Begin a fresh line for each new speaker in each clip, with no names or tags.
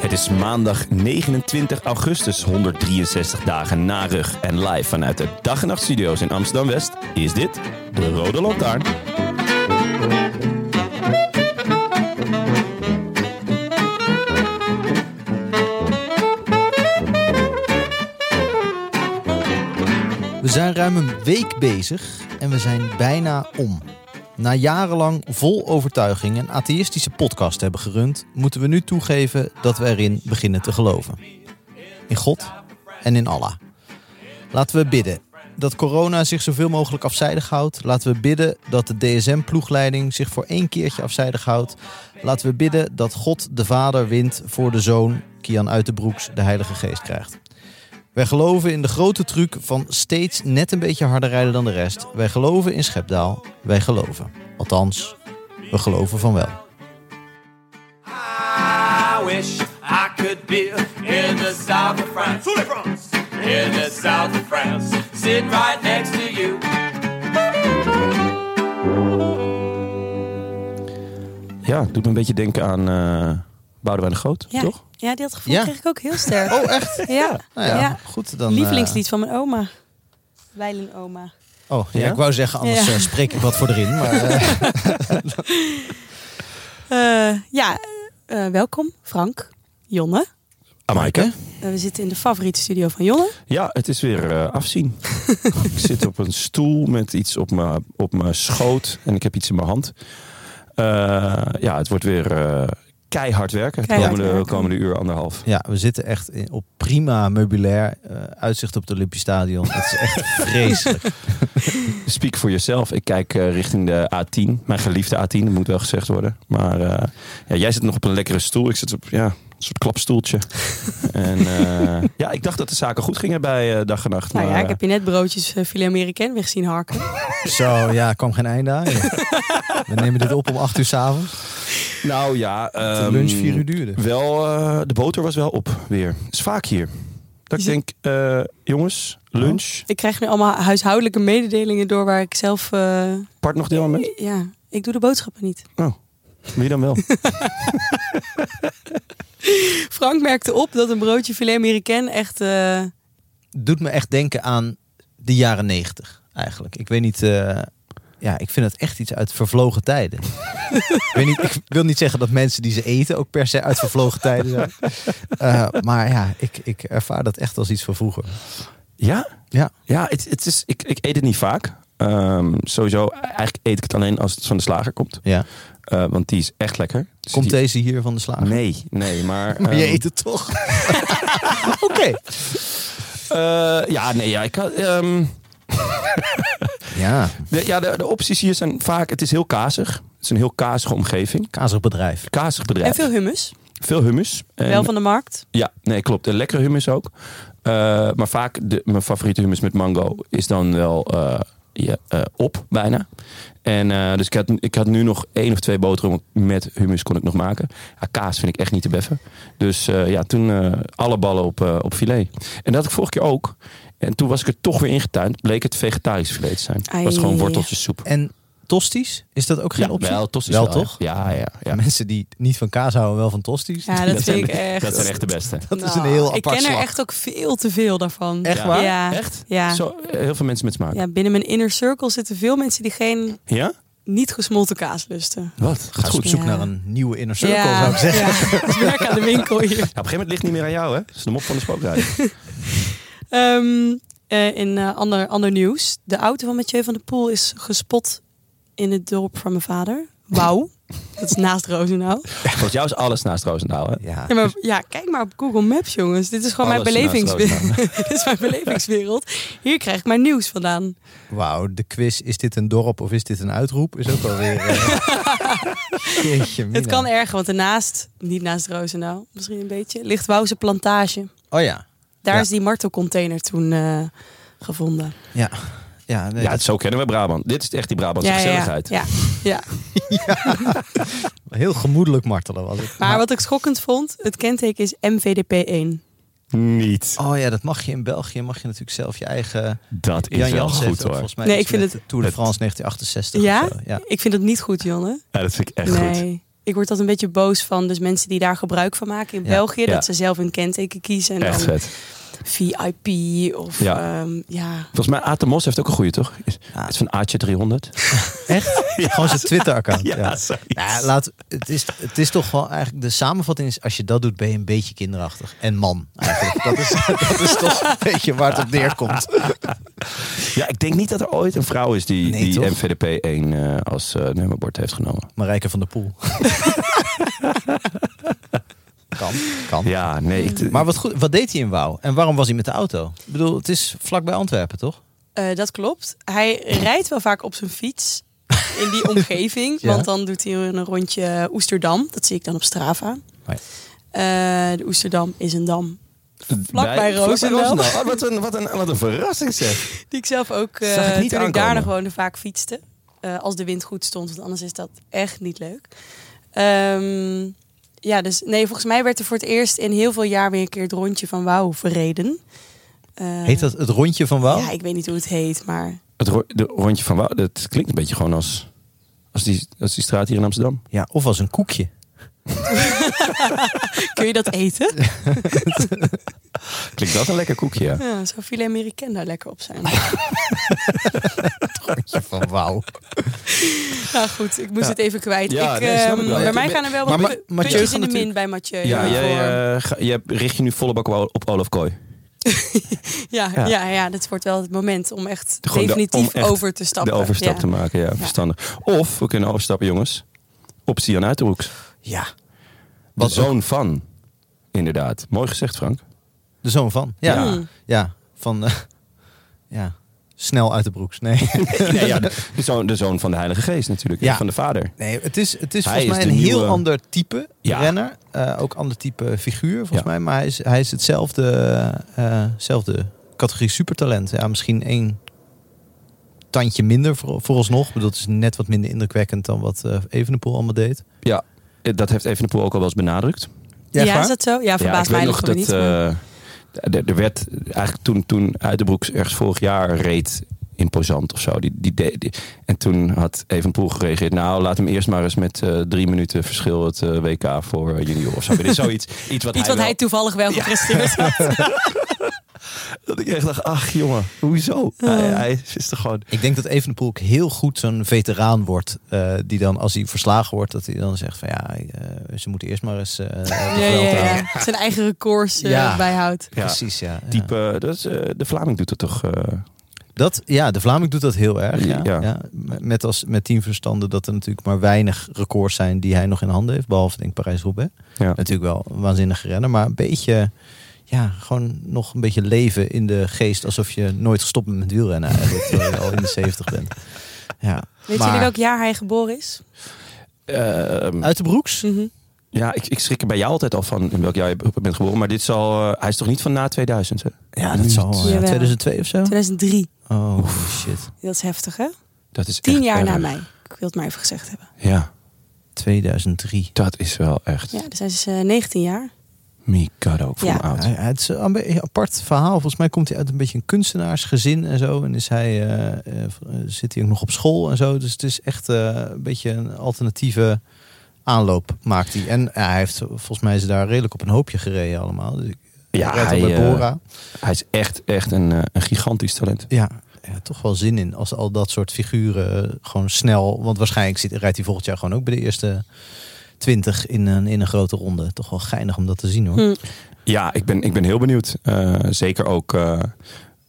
Het is maandag 29 augustus, 163 dagen na rug. En live vanuit de Dag en Nacht Studio's in Amsterdam West is dit de Rode Lantaarn.
We zijn ruim een week bezig en we zijn bijna om. Na jarenlang vol overtuiging een atheïstische podcast hebben gerund, moeten we nu toegeven dat we erin beginnen te geloven. In God en in Allah. Laten we bidden dat corona zich zoveel mogelijk afzijdig houdt. Laten we bidden dat de DSM-ploegleiding zich voor één keertje afzijdig houdt. Laten we bidden dat God de Vader wint voor de Zoon, Kian Uitenbroeks, de Heilige Geest krijgt. Wij geloven in de grote truc van steeds net een beetje harder rijden dan de rest. Wij geloven in Schepdaal. Wij geloven. Althans, we geloven van wel.
I wish I could be in the south of France. In the south of France, sitting right next to you.
Ja, het doet me een beetje denken aan eh Boudewijn de Groot,
Ja.
toch?
Ja, dat gevoel
Ja.
kreeg ik ook heel sterk.
Oh, echt?
ja.
Nou ja,
Ja.
goed dan. eh,
Lievelingslied van mijn oma. Weiling oma.
oh, ja,
Ja?
ik wou zeggen, anders
Ja.
eh, spreek ik wat voor erin. Maar, eh,
Eh, ja, eh, welkom Frank, Jonne.
Amaike?
Eh, we zitten in de favoriete studio van Jonne. Nou
Ja, het is weer eh, afzien. ik zit op een stoel met iets op mijn op mijn schoot en ik heb iets in mijn hand. Eh, ja, het wordt weer eh, keihard werken.
Keihard
de komende,
werken.
komende uur, anderhalf.
ja, we zitten echt in- op prima meubilair. eh, uitzicht op het Olympisch Stadion. Het is echt vreselijk.
Speak for yourself. Ik kijk eh, richting de A10. Mijn geliefde A10, dat moet wel gezegd worden. Maar eh, ja, jij zit nog op een lekkere stoel. Ik zit op ja, een soort klapstoeltje. en eh, ja, ik dacht dat de zaken goed gingen bij eh, dag en nacht.
Nou
maar,
ja, ik
eh,
heb je net broodjes eh, filet americain weg zien harken.
Zo, ja, kwam geen einde aan. ja. We nemen dit op om 8 uur s'avonds.
nou ja,
De
ehm,
lunch 4 uur duurde.
Wel, eh, de boter was wel op weer. Is vaak hier. Dat ik denk, eh, jongens, lunch,
Ik krijg nu allemaal huishoudelijke mededelingen door waar ik zelf... eh,
part nog deel aan met.
ja, ik doe de boodschappen niet.
Oh, wie dan wel?
Frank merkte op dat een broodje filet americain echt... eh,
doet me echt denken aan de jaren negentig eigenlijk. Ik weet niet, eh, ja, ik vind het echt iets uit vervlogen tijden. ik, weet niet, ik wil niet zeggen dat mensen die ze eten ook per se uit vervlogen tijden zijn. Eh, maar ja, ik, ik ervaar dat echt als iets van vroeger.
Ja?
Ja.
Ja, het, het is, ik, ik eet het niet vaak. Ehm, sowieso, eigenlijk eet ik het alleen als het van de slager komt.
Ja.
Eh, want die is echt lekker. Dus
Komt
die-
deze hier van de slager?
Nee, nee, maar...
Maar je
ehm,
eet het toch? Oké.
eh, ja, nee, ja, ik had... ehm,
Ja,
de, ja, de, de opties hier zijn vaak... Het is heel kazig. Het is een heel kazige omgeving.
kazig bedrijf.
Kazig
en
bedrijf.
veel hummus.
Veel hummus. En-
Wel van de markt.
Ja, nee, klopt. En lekkere hummus ook. Eh, maar vaak, de, mijn favoriete hummus met mango is dan wel eh, ja, eh, op, bijna. En eh, dus ik had, ik had nu nog één of twee boterhammen met hummus kon ik nog maken. Ja, kaas vind ik echt niet te beffen. Dus eh, ja, toen eh, alle ballen op, eh, op filet. En dat had ik vorige keer ook. En toen was ik er toch weer ingetuind. Bleek het vegetarisch filet te zijn. Het was gewoon
Ai.
worteltjessoep.
En tosties? Is dat ook geen optie?
wel, tosti's
wel,
hè?
toch?
Ja, ja, ja.
Mensen die niet van kaas houden, wel van tosties.
Ja, dat, vind ik echt...
Dat zijn echt de beste.
Dat is een heel apart
Nou, Ik ken
slag.
er echt ook veel te veel daarvan.
Echt waar?
Ja.
Echt?
Ja.
Zo, eh, heel veel mensen met smaak.
Ja, binnen mijn inner circle zitten veel mensen die geen
ja?
niet gesmolten kaas lusten.
Wat?
Gaat goed,
Ja.
zoek naar een nieuwe inner circle,
ja,
zou ik zeggen.
ja, het is werk aan de winkel hier.
Ja, op een gegeven moment ligt niet meer aan jou, hè? Dat is de mop van de spookrijder.
Ehm, eh, in eh, ander, ander nieuws. De auto van Mathieu van der Poel is gespot in het dorp van mijn vader. Wauw. Dat is naast Roosendaal.
Volgens jou is alles naast Roosendaal, hè?
Ja.
Ja, maar, ja, kijk maar op Google Maps, jongens. Dit is
Oh,
gewoon
Alles
mijn,
naast
belevings-
Roosendaal.
Dit is mijn belevingswereld. Hier krijg ik mijn nieuws vandaan.
Wauw, de quiz, is dit een dorp of is dit een uitroep? Is ook alweer... eh, Jeetje mina.
Het kan erger, want daarnaast, niet naast Roosendaal, misschien een beetje, ligt Wouwse Plantage.
Oh ja.
Daar
Ja.
is die martelcontainer toen eh, gevonden.
Ja. Ja, nee,
Ja,
dat
zo kennen we Brabant. Dit is echt die Brabantse
ja,
gezelligheid.
ja, ja.
is heel gemoedelijk martelen was het.
Maar wat ik schokkend vond, het kenteken is MVDP1.
Niet.
Oh ja, dat mag je in België. Mag je natuurlijk zelf je eigen...
Dat is
Jan
wel
Jans
goed,
heeft ook
hoor.
volgens mij
Nee,
iets
ik vind
met
het-
de Tour de
het-
France 1968
Ja?
of zo. Ja.
Ik vind dat niet goed, Jonne.
Ja, dat vind ik echt goed.
Nee. Ik word dat een beetje boos van. Dus mensen die daar gebruik van maken in
Ja.
België,
Ja.
dat ze zelf een kenteken kiezen. En
Echt
dan
vet.
VIP of
Ja.
ja. ja.
Volgens mij Aad de Mos heeft ook een goede, toch? Is,
Ja.
Het is van Aatje 300.
Echt? Gewoon zijn Twitter-account. Ja,
zoiets.
Nou, laat, het, is, het is toch wel eigenlijk... De samenvatting is, als je dat doet, ben je een beetje kinderachtig. En man, eigenlijk. Dat is, dat is toch een beetje waar het op neerkomt.
Ja, ik denk niet dat er ooit een vrouw is die,
Nee,
die
toch?
MVDP 1 eh, als eh, nummerbord heeft genomen.
Marijke van der Poel. kan, kan.
Ja, nee. Ik,
Maar wat, goed, wat deed hij in Wouw? En waarom was hij met de auto? Ik bedoel, het is vlakbij Antwerpen, toch?
Eh, dat klopt. Hij rijdt wel vaak op zijn fiets in die omgeving.
Ja.
Want dan doet hij een rondje Oesterdam. Dat zie ik dan op Strava.
Oh ja.
Eh, de Oesterdam is een dam.
bij-
vlakbij
vlakbij
Roosendaal.
Oh, wat, een, wat, een, wat een verrassing zeg.
Die ik zelf ook, eh,
Zag ik niet
toen ik
aankomen.
daar nog woonde, vaak fietste. Eh, als de wind goed stond, want anders is dat echt niet leuk. Ehm, ja, dus nee, volgens mij werd er voor het eerst in heel veel jaar weer een keer het rondje van Wauw verreden. Eh,
Heet dat het rondje van Wouw?
Ja, ik weet niet hoe het heet, maar
Het ro- de rondje van Wouw, dat klinkt een beetje gewoon als, als, die, als die straat hier in Amsterdam.
Ja, of als een koekje.
kun je dat eten?
Klinkt dat een lekker koekje, ja.
Ja, zou filet americain daar lekker op zijn?
Rondje van Wauw.
Nou goed, ik moest het even kwijt.
Ja,
ik,
nee, snap ik
ehm,
wel.
bij
Ja,
mij
ik-
gaan er wel
maar
wat
Ma-
pu-
Mathieu
puntjes
gaat
in de min
natuurlijk-
bij Mathieu.
Ja,
voor-
jij, eh, ga- jij richt je nu volle bak wel op Olaf Kooi.
ja,
ja.
ja. Ja, dat wordt wel het moment om echt
Gewoon de-
definitief
om echt
over te stappen.
De overstap
Ja.
te maken, ja, verstandig. Of, we kunnen overstappen, jongens, op Sian Uiterhoeks.
Ja.
De
Wat
zoon van, inderdaad. Mooi gezegd, Frank.
De zoon van. Ja. Ja,
Ja.
van... eh, ja. Snel uit de broeks. Nee.
Nee, ja, de, de zoon, de zoon van de Heilige Geest natuurlijk,
Ja.
van de vader.
Nee, het is, het is
Hij
volgens
is
mij
de
een heel
nieuwe-
ander type
Ja.
renner. Eh, ook ander type figuur, volgens
Ja.
mij. Maar hij is, hij is hetzelfde, eh, zelfde categorie supertalent. Ja, misschien één tandje minder voor, vooralsnog. Ik bedoel, het is net wat minder indrukwekkend dan wat eh Evenepoel allemaal deed.
Ja, eh, dat heeft Evenepoel ook al wel eens benadrukt.
Ja, is dat zo? Ja, verbaast mij nog dat, niet. maar-
eh, d- d- er werd eigenlijk toen, toen Uiterbroeks ergens vorig jaar reed imposant of zo. Die, die, de- die- en toen had Evenpoel gereageerd. Nou, laat hem eerst maar eens met eh, drie minuten verschil het eh, WK voor eh, junior of zo. Dit is zoiets. Iets wat
Iets
hij,
wat
wel-
hij toevallig wel gepresteerd had.
Dat ik echt dacht, ach jongen, hoezo? Hij, hij is er gewoon...
Ik denk dat Evenepoel ook heel goed zo'n veteraan wordt. eh, die dan, als hij verslagen wordt, dat hij dan zegt van... Ja, eh, ze moeten eerst maar eens... eh, de
Ja, ja,
Vuelta
ja.
houden.
Zijn eigen records eh,
Ja.
bijhoudt.
Ja,
Precies, ja. ja.
Type, dat is, eh, de Vlaming doet het toch? eh,
Dat, ja, de Vlaming doet dat heel erg. Ja.
Ja.
Ja. Met, als, met tien verstanden dat er natuurlijk maar weinig records zijn die hij nog in handen heeft. Behalve denk ik Parijs-Roubaix.
ja.
Natuurlijk wel een waanzinnige renner. Maar een beetje, ja, gewoon nog een beetje leven in de geest. Alsof je nooit gestopt bent met wielrennen eigenlijk. Terwijl je al in de zeventig bent. Ja.
Weet
maar,
jullie welk jaar hij geboren is?
Ehm,
Uit de broeks?
ja, ik, ik schrik er bij jou altijd al van in welk jaar je bent geboren. Maar dit zal, eh, hij is toch niet van na 2000, hè?
Ja, dat zal
eh,
wel, ja,
Jawel.
2002 of zo.
2003.
Oh, shit.
Dat is heftig, hè?
Dat is
Tien
echt
jaar na
erg.
mij. Ik wil het maar even gezegd hebben.
Ja,
2003.
dat is wel echt.
Ja, dus hij is eh, 19 jaar.
Mikado ook van
Ja.
oud.
Ja, ja, het is een be- een apart verhaal. Volgens mij komt hij uit een beetje een kunstenaarsgezin en zo. En is hij, eh, eh, v- eh, zit hij ook nog op school en zo. Dus het is echt eh, een beetje een alternatieve aanloop maakt hij. En ja, hij heeft, volgens mij is hij daar redelijk op een hoopje gereden allemaal. Dus ik-
Ja,
hij rijdt
hij,
al bij
eh,
Bora.
Hij is echt, echt een, eh, een gigantisch talent.
Ja, ja, toch wel zin in als al dat soort figuren eh, gewoon snel. Want waarschijnlijk zit, rijdt hij volgend jaar gewoon ook bij de eerste 20 in een, in een grote ronde. Toch wel geinig om dat te zien hoor.
Hm.
Ja, ik ben, ik ben heel benieuwd. Eh, zeker ook eh,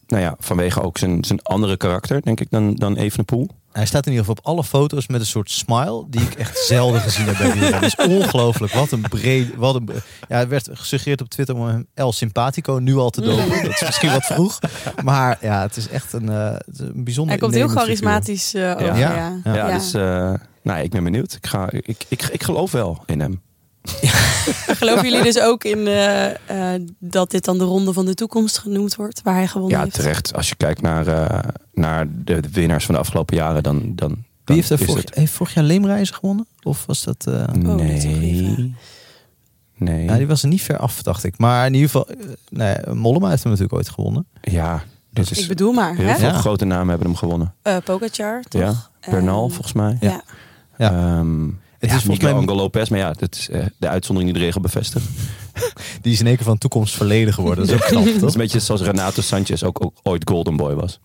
nou ja, vanwege ook zijn, zijn andere karakter, denk ik, dan, dan Evenepoel.
Hij staat in ieder geval op alle foto's met een soort smile die ik echt zelden gezien heb bij wielrennen. Dat is ongelooflijk. Wat een breed. Wat een, bre- ja, er werd gesuggereerd op Twitter om hem El Simpatico nu al te doden. Dat is misschien wat vroeg. Maar ja, het is echt een, eh, het is een bijzonder.
Hij komt heel
innemend figuur.
charismatisch eh, over.
Ja.
Ja.
Ja.
Ja, dus eh, nou, ik ben benieuwd. Ik, ga, ik, ik, ik geloof wel in hem.
Geloven jullie dus ook in eh, eh, dat dit dan de ronde van de toekomst genoemd wordt, waar hij gewonnen
Ja,
heeft?
terecht. Als je kijkt naar, eh, naar de de winnaars van de afgelopen jaren, dan. dan, dan
Wie heeft er
is
vorig,
het-
heeft vorig jaar Leemreizen gewonnen? Of was dat. eh,
Oh, dat is een goede vraag.
Nee. Nee.
Ja, die was er niet ver af, dacht ik. Maar in ieder geval, eh, nee, Mollema heeft hem natuurlijk ooit gewonnen.
Ja, dit
Ik
is.
bedoel maar,
Heel
hè?
veel
Ja.
grote namen hebben hem gewonnen.
Eh, Pogacar, toch?
Ja. Bernal,
Ehm,
volgens mij.
Ja.
Ja.
Ehm,
Het
ja,
is volgens
Miguel
mij-
Angel Lopez, maar ja, dat is eh, de uitzondering die de regel bevestigt.
Die is in één keer van toekomst verleden geworden. Dat is ook knap,
Dat is
toch?
een beetje zoals Renato Sanchez ook, ook ooit Golden Boy was.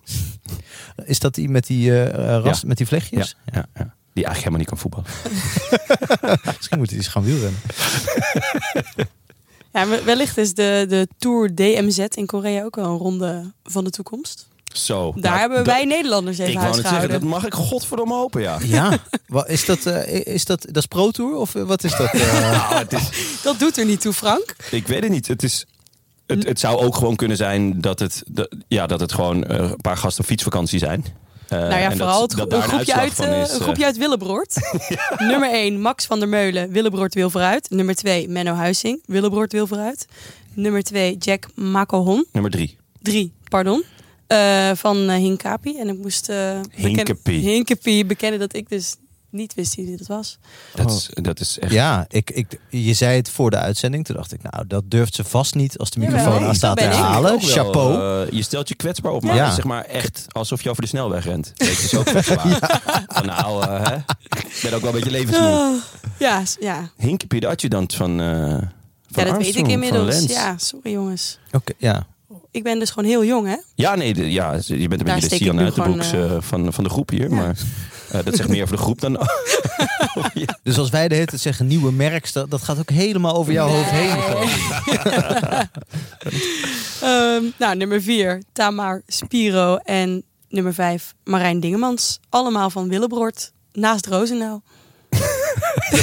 Is dat die met die, eh, eh, ras,
Ja.
met die
Ja,
vlechtjes?
ja, ja. Die eigenlijk helemaal niet kan voetballen.
Misschien moet hij eens gaan wielrennen.
Ja, we- wellicht is de, de Tour DMZ in Korea ook wel een ronde van de toekomst.
Zo.
Daar
nou,
hebben
dat-
wij Nederlanders even
Ik wou net zeggen, dat
huisgehouden.
mag ik godverdomme hopen, ja.
Ja, Wa- is dat, eh, is dat, dat is Pro Tour of eh, wat is dat? eh?
Nou, het is,
Dat... doet er niet toe, Frank.
ik weet het niet. Het, is, het, het zou ook gewoon kunnen zijn dat het, dat, ja, dat het gewoon eh, een paar gasten op fietsvakantie zijn. Eh,
nou ja,
en
vooral
dat, dat
het, gro-
daar
een, groepje
uitslag
uit,
van
eh,
is,
een
eh,
groepje uit Willebroord. Nummer 1, Max van der Meulen, Willebroord wil vooruit. Nummer 2, Menno Huizing, Willebroord wil vooruit. Nummer 2, Jack Makohon.
nummer drie.
3, pardon. Eh, van eh, Hinkapi. En ik moest eh
Hinkapie.
bekennen, Hinkapi bekennen dat ik dus niet wist wie dit was.
Dat, is,
Oh.
dat is echt...
ja, ik, ik, je zei het voor de uitzending. Toen dacht ik, nou, dat durft ze vast niet als de
Jawel,
microfoon aan
dat
staat te
ben ik.
halen.
Ook wel,
Chapeau.
eh, je stelt je kwetsbaar op, maar
Ja.
zeg maar echt alsof je over de snelweg rent. Weet je, zo kwetsbaar. Van nou, eh, hè? ik ben ook wel een beetje levensmoe.
Ah, ja, s- ja.
Hinkepie, de adjudant van, eh van
ja, dat weet ik
Armstrong, van
inmiddels.
Lens.
Ja, sorry jongens.
Oké, ja.
Ik ben dus gewoon heel jong, hè?
Ja, nee, de- ja, je bent een
Daar
beetje de
steek ik
Sian
nu
uit de
gewoon,
boeks
eh,
eh, van, van de groep hier. Maar eh, dat zegt meer over de groep dan...
Dus als wij de hele tijd zeggen nieuwe merks, dat, dat gaat ook helemaal over jouw
Oh,
hoofd heen.
Ehm, nou, nummer 4, Tamar Spiro. En nummer 5, Marijn Dingemans. Allemaal van Willebroord, naast Rozenaal.
Dat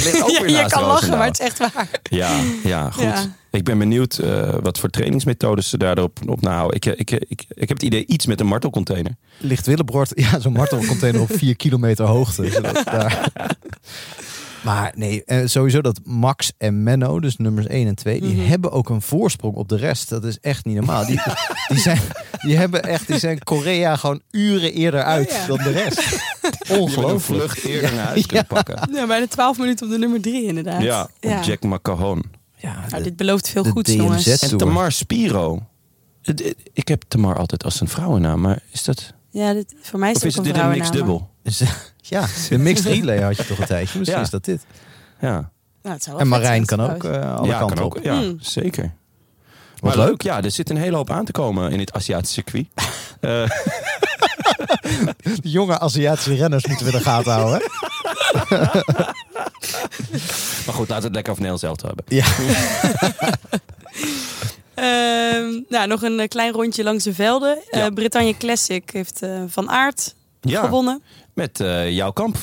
ligt ook
Ja,
weer
je
naast
kan
Rozenaal.
lachen, maar het is echt waar.
Ja, ja, goed.
Ja.
Ik ben benieuwd eh, wat voor trainingsmethodes ze daarop op nahouden. Ik, eh, ik, ik, ik heb het idee iets met een martelcontainer.
ligt Willebroord, ja, zo'n martelcontainer op vier kilometer hoogte. Zodat daar- Maar nee, eh, sowieso dat Max en Menno, dus nummers 1 en 2, die
Mhm.
hebben ook een voorsprong op de rest. Dat is echt niet normaal. Die, die, zijn, die hebben echt, die zijn Korea gewoon uren eerder
Oh,
uit
Ja, ja.
dan de rest.
Een
Ongelooflijk.
vlucht eerder naar huis kunnen pakken.
Ja, bijna 12 minuten op de nummer 3, inderdaad.
Ja, op Jack McCahon.
Ja,
Nou,
de-
dit belooft veel
de
goeds,
DMZ.
jongens.
En
Stoer.
Tamar Spiro. Het- het- Ik heb Tamar altijd als een vrouwennaam, maar is dat...
Ja, dit, voor mij is
Of
het
is
ook
het
een
dit een
vrouwennaam.
mix dubbel?
is- dus, eh, ja, de mixed relay had je toch een tijdje. Misschien
Ja.
is dat dit.
Ja,
Nou, het zou wel
En
vet
Marijn
zijn,
kan ook
trouwens.
eh, alle
ja,
kanten
kan
op.
ook. Ja,
Mm.
zeker.
Wat
Maar
leuk.
leuk. ja, er zit een hele hoop aan te komen in dit Aziatische circuit.
De jonge Aziatische renners moeten we in de gaten houden.
Maar goed, laten we het lekker over Nederland zelf te hebben.
Ehm, nou, nog een eh, klein rondje langs de velden. Eh
Ja.
Bretagne Classic heeft eh, Van Aert
Ja,
gewonnen.
met eh, jouw kamp.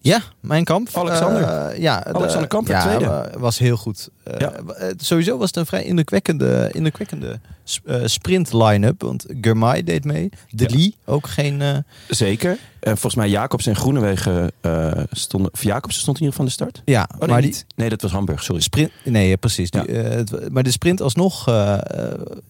Ja, mijn kamp.
Alexander.
Eh, ja,
Alexander Kamp werd
ja,
tweede.
wa- was heel goed. Eh,
Ja.
wa- eh, Sowieso was het een vrij indrukwekkende, indrukwekkende s- eh, sprint line-up. Want Germay deed mee. De
Ja.
Lee ook geen... eh,
Zeker. En Eh, volgens mij Jacobs en Groenewegen eh, stonden... Of Jacobs stond hier van de start?
ja,
Oh, nee,
maar die
niet. nee, dat was Hamburg, sorry.
sprint... Nee, ja, precies. Die,
Ja.
eh, het wa- maar de sprint alsnog... eh, eh,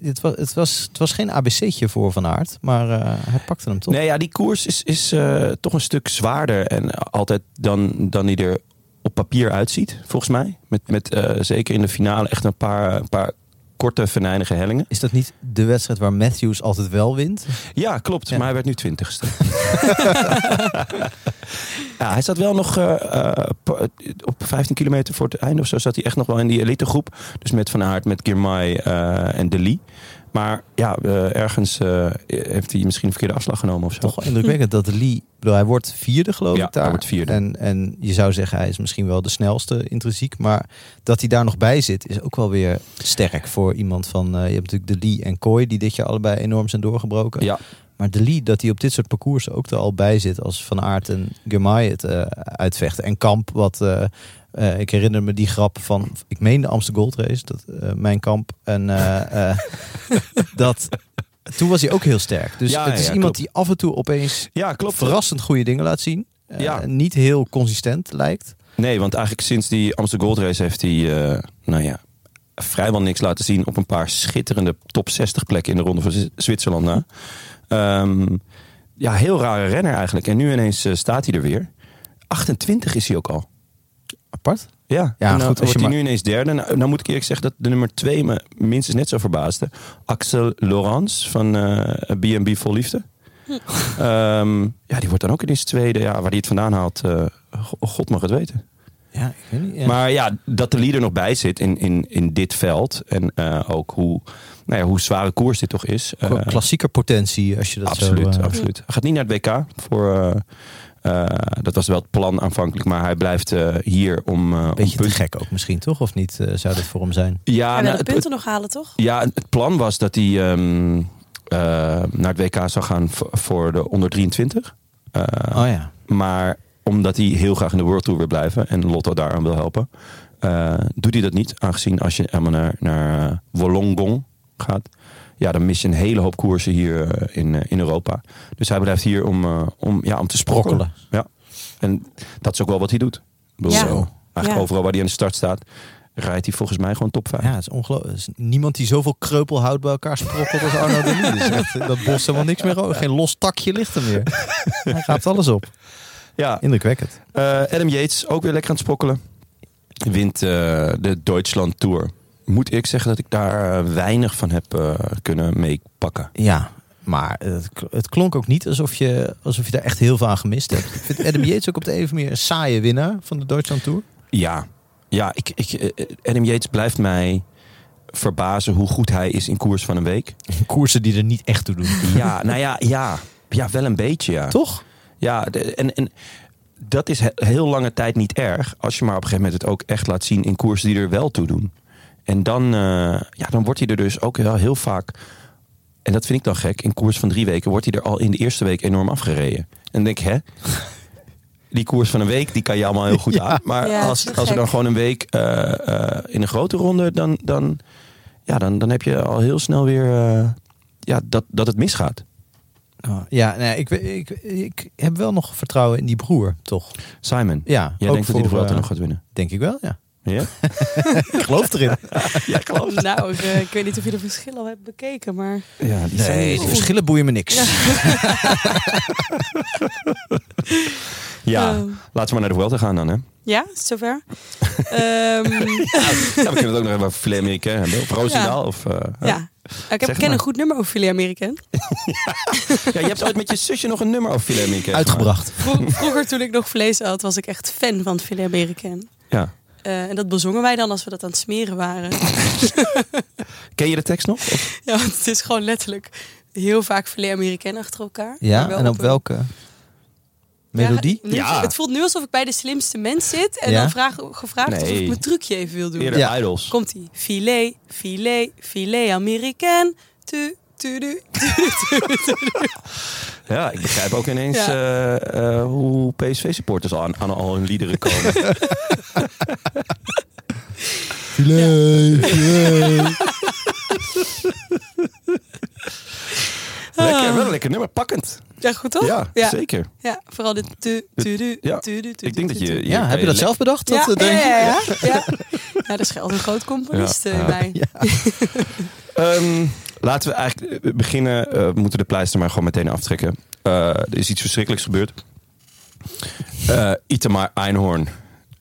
het, was, het, was, het was geen ABC'tje voor Van Aert. Maar eh, hij pakte hem toch.
Nee, ja, die koers is, is eh, toch een stuk zwaarder en altijd dan, dan die er op papier uitziet, volgens mij. Met, met eh, zeker in de finale echt een paar, een paar korte, venijnige hellingen.
Is dat niet de wedstrijd waar Matthews altijd wel wint?
Ja, klopt.
Ja.
Maar hij werd nu twintigste. ja, hij zat wel nog eh, eh, pa- op 15 kilometer voor het einde of zo. Zat hij echt nog wel in die elitegroep. Dus met Van Aert, met Girmay eh, en De Lee. Maar ja, eh, ergens eh, heeft hij misschien een verkeerde afslag genomen of zo.
Toch wel indrukwekkend dat Lee, ik bedoel, hij wordt vierde geloof
Ja,
ik daar.
hij wordt vierde.
En, en je zou zeggen hij is misschien wel de snelste intrinsiek. Maar dat hij daar nog bij zit is ook wel weer sterk voor iemand van... eh, je hebt natuurlijk de Lee en Kooi die dit jaar allebei enorm zijn doorgebroken.
Ja,
Maar de Lee, dat hij op dit soort parcoursen ook er al bij zit. Als Van Aert en Germay het eh, uitvechten. En Kamp, wat... eh, eh, ik herinner me die grap van... Ik meen de Amsterdam Gold Race. Dat, eh, mijn kamp. En eh, eh, dat... Toen was hij ook heel sterk. Dus
Ja,
het is
ja,
iemand
klopt.
die af en toe opeens
ja klopt.
verrassend goede dingen laat zien. Eh,
Ja.
Niet heel consistent lijkt.
Nee, want eigenlijk sinds die Amsterdam Gold Race heeft hij, eh, nou ja, vrijwel niks laten zien op een paar schitterende top 60 plekken in de ronde van Z- Zwitserland. na. Ehm, ja, heel rare renner eigenlijk. En nu ineens eh, staat hij er weer. 28 is hij ook al.
Apart.
Ja,
Ja,
en
goed,
nou,
als je
wordt hij
maar-
nu ineens derde. Nou, nou moet ik eerlijk zeggen dat de nummer twee me minstens net zo verbaasde. Axel Laurens van eh, B&B Vol Liefde. Ehm, ja, die wordt dan ook ineens tweede. Ja, waar hij het vandaan haalt, eh, go- god mag het weten.
Ja, ik weet niet.
Maar ja, dat de leader nog bij zit in, in, in dit veld. En eh, ook hoe, nou ja, hoe zware koers dit toch is. Eh,
klassieker potentie als je dat
absoluut,
zo... eh,
absoluut. Hij gaat niet naar het WK. Voor, eh, eh, dat was wel het plan aanvankelijk. Maar hij blijft eh, hier om... eh, om
Beetje te
punten-
gek ook misschien, toch? Of niet eh, zou dat voor hem zijn?
Ja, nou,
Hij wil de
het,
punten nog halen, toch?
het- ja, het plan was dat hij ehm, eh, naar het WK zou gaan voor, voor de onder 23. Eh,
Oh ja.
Maar omdat hij heel graag in de World Tour wil blijven en Lotto daaraan wil helpen, eh, doet hij dat niet. Aangezien als je helemaal naar, naar eh, Wollongong gaat, ja, dan mis je een hele hoop koersen hier eh, in, eh, in Europa. Dus hij blijft hier om, eh, om, ja, om te sprokkelen. Ja. En dat is ook wel wat hij doet. Ik bedoel,
Ja.
eh, Eigenlijk
Ja.
overal waar hij aan de start staat, rijdt hij volgens mij gewoon top 5.
Ja, het is ongelooflijk. Er is niemand die zoveel kreupel houdt bij elkaar sprokkelt als Arno de Lee. Dus echt, dat bos helemaal niks meer over. Geen los takje ligt er meer. Hij raapt alles op.
Ja,
Indrukwekkend.
Eh, Adam Yates, ook weer lekker aan het sprokkelen. Wint eh, de Duitsland Tour. Moet ik zeggen dat ik daar eh, weinig van heb eh, kunnen meepakken.
Ja, maar het, k- het klonk ook niet alsof je, alsof je daar echt heel veel aan gemist hebt. Ik vind Adam Yates ook op de even meer een saaie winnaar van de Duitsland Tour.
Ja, ja ik, ik, eh, Adam Yates blijft mij verbazen hoe goed hij is in koers van een week.
Koersen die er niet echt toe doen.
Ja, nou ja, ja. Ja, wel een beetje, ja.
Toch?
Ja, de- en, en dat is he- heel lange tijd niet erg. Als je maar op een gegeven moment het ook echt laat zien in koersen die er wel toe doen. En dan, eh, ja, dan wordt hij er dus ook wel heel vaak. En dat vind ik dan gek. In koers van drie weken wordt hij er al in de eerste week enorm afgereden. En dan denk ik, hè? Die koers van een week, die kan je allemaal heel goed aan. Maar
Ja, dat is
als,
heel
als er dan
gek.
gewoon een week eh, eh, in een grote ronde, dan, dan, ja, dan, dan heb je al heel snel weer eh, ja, dat, dat het misgaat.
Ja, nee, ik, we- ik, ik heb wel nog vertrouwen in die broer, toch?
Simon,
Ja,
jij
ook
denkt dat hij de
voor,
Vuelta
eh,
nog gaat winnen?
Denk ik wel, ja.
Ja?
Ik geloof erin.
Nou, ik, eh, ik weet niet of je de verschillen al hebt bekeken, maar...
Ja, die zijn
Nee,
niet
de
goed.
verschillen boeien me niks.
Ja,
Eh.
laten we maar naar de Vuelta gaan dan, hè.
Ja, is het zover? Ehm,
Ja, we kunnen het ook nog even over filet Amerikaan hebben. Of Roosendaal. Of, eh, ja.
ja, ik heb,
het
ken
maar.
een goed nummer over Filet American.
je hebt ooit met je zusje nog een nummer over filet Amerikaan
Uitgebracht.
Vro- vroeger toen ik nog vlees at, was ik echt fan van Filet American.
Ja.
Eh, en dat bezongen wij dan als we dat aan het smeren waren.
Ken je de tekst nog? Of-
ja, want het is gewoon letterlijk heel vaak filet American achter elkaar.
Ja,
Maar wel
en op
een-
welke
Ja,
melodie?
nu-
Ja.
Het voelt nu alsof ik bij de slimste mens zit en
Ja.
dan vraag, gevraagd of
Nee.
ik mijn trucje even wil doen.
Eerder
Ja.
Idols.
Komt ie. Filet, filet, filet American. Tu, tu, tu, tu, tu, tu.
Ja, ik begrijp ook ineens
Ja.
eh, eh, hoe PSV-supporters aan, aan al hun liederen komen.
Filet,
lekker, wel een lekker nummer. Pakkend.
Ja, goed toch?
Ah. Oh, Ja, zeker.
Ja, vooral dit tu, tu, tu,
Ja.
tu, tu, tu,
Ik denk dat
tu, tu.
je... je
Ja, heb je dat
le-
zelf bedacht? Dat,
Ja,
eh, denk
ja,
je?
ja, ja, ja. Ja, daar schuilt een groot componist
Ja.
eh, bij.
Ehm, laten we eigenlijk eh, beginnen. Eh, we moeten de pleister maar gewoon meteen aftrekken. Eh, er is iets verschrikkelijks gebeurd. Eh Itamar Einhorn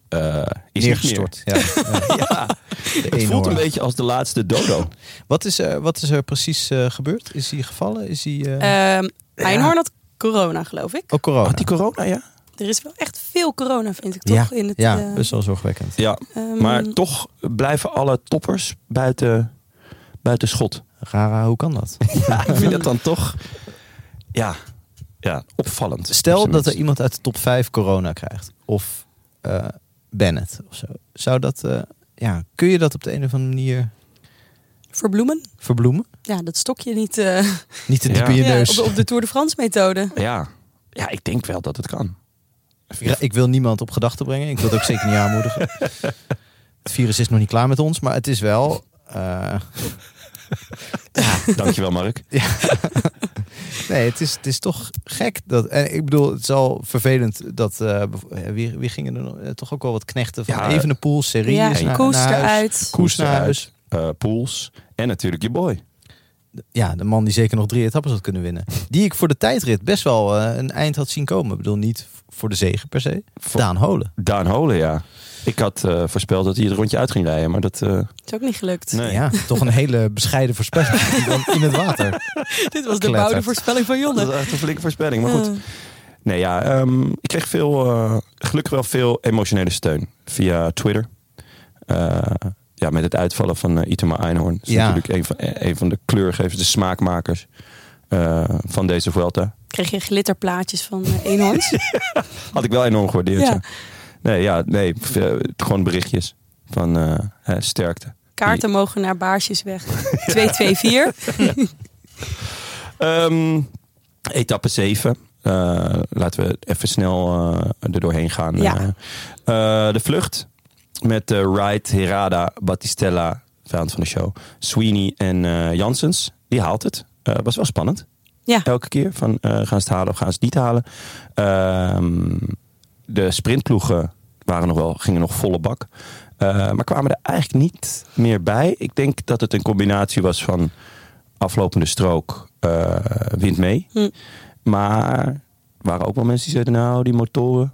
eh, is
Neergestort. Ja.
Niet meer. Ja, het voelt
eenhoorn.
een beetje als de laatste dodo.
Wat, is er, wat is er precies eh, gebeurd? Is hij gevallen? Is hij... eh,
Ehm, Einhorn had corona, geloof ik.
ook corona?
Had die corona, ja?
Er is wel echt veel corona, vind ik,
ja,
toch? In het,
ja
eh,
Dus-
best wel zorgwekkend.
Ja,
ehm,
maar toch blijven alle toppers buiten, buiten schot.
Rara, hoe kan dat?
Ja, ik vind dat dan toch ja, ja, opvallend.
Stel
Op
dat
zijn
er
minst.
iemand uit de top 5 corona krijgt. Of eh, Bennett of zo. Zou dat, eh, ja, kun je dat op de een of andere manier
Voor bloemen?
verbloemen?
Ja, dat stok je niet eh,
Niet te diep
Ja.
in je
ja, op,
neus.
de, op de Tour de France methode.
Ja. ja, ik denk wel dat het kan.
Ja, ik wil niemand op gedachten brengen. Ik wil het ook zeker niet aanmoedigen. Het virus is nog niet klaar met ons, maar het is wel. eh,
Dankjewel, Mark.
nee, het is, het is toch gek. Dat, en ik bedoel, het is al vervelend dat. eh, bev- eh, wie, wie gingen er nog- eh, toch ook wel wat knechten van
Ja, eh,
Evenepoel, Serie.
ja,
naar,
koers
naar huis.
eruit.
Koes naar huis.
eh, Poels. En natuurlijk je boy.
Ja, de man die zeker nog drie etappes had kunnen winnen. Die ik voor de tijdrit best wel eh, een eind had zien komen. Ik bedoel, niet voor de zegen per se.
Voor-
Daan Holen.
Daan Holen, ja. Ik had eh, voorspeld dat hij het rondje uit ging rijden, maar dat... eh,
Is ook niet gelukt.
nee.
Ja, toch een hele bescheiden voorspelling. Die dan in het water.
Dit was de
Klettert.
bouwde voorspelling van
Dat
Jonne.
was echt een flinke voorspelling, maar
Eh.
goed. Nee, ja, ehm, ik kreeg veel, eh, gelukkig wel veel emotionele steun via Twitter. Eh, ja, met het uitvallen van eh, Itema Einhorn. Dat is
Ja.
natuurlijk een van, eh, een van de kleurgevers, de smaakmakers eh, van deze Vuelta.
Kreeg je glitterplaatjes van eh, eenhoorns?
Had ik wel enorm gewaardeerd,
Ja.
ja. Nee, ja, nee, v- eh, gewoon berichtjes van eh, hè, sterkte.
Kaarten mogen naar baarsjes weg. 224.
Ehm, etappe 7. laten we even snel eh, er doorheen gaan.
Ja.
Eh, eh, de vlucht met eh Wright, Herada, Battistella, vijand van de show, Sweeney en eh Janssens. Die haalt het. Eh, was wel spannend.
Ja.
Oh.
Elke keer van eh, gaan ze het halen of gaan ze het niet halen. Ehm, de sprintploegen waren nog wel, gingen nog volle bak. Eh, maar kwamen er eigenlijk niet meer bij. Ik denk dat het een combinatie was van aflopende strook eh wint mee.
Hm.
Maar er waren ook wel mensen die zeiden, nou, die motoren.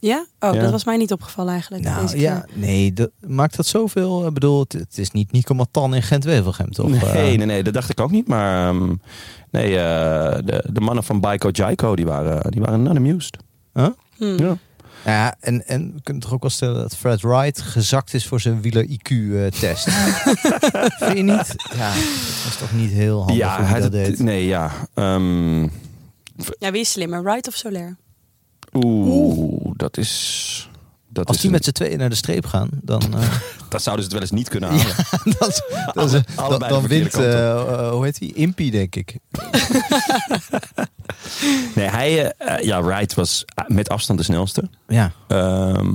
Ja? Oh,
Ja.
dat was mij niet opgevallen eigenlijk. deze
Nou
keer.
ja, nee, dat, maakt dat zoveel? Ik bedoel, het, het is niet Nico Matan in Gent-Wevelgem, toch? Eh,
nee, nee, nee, dat dacht ik ook niet. Maar ehm, nee, eh, de, de mannen van Baiko Jaiko, die waren, die waren not amused.
Huh?
Hm.
Ja.
Nou Ja, en, en we kunnen toch ook wel stellen dat Fred Wright gezakt is voor zijn wieler-IQ-test. eh, Vind je niet? Ja, dat was toch niet heel handig
ja,
hoe hij dat deed.
nee, ja. ehm,
Ja, wie is slimmer? Wright of Solaire?
oeh, dat is... Dat,
Als
is
die
dus een-
met z'n tweeën naar de streep gaan, dan, eh,
dat zouden ze het wel eens niet kunnen halen.
dat is- dat is-
Allebei
dan,
de
dan
verkeerde
wint,
kant op.
eh, eh, hoe heet die? Impy, denk ik.
Nee, hij... eh, eh, ja, Wright was eh, met afstand de snelste.
Ja,
Ehm,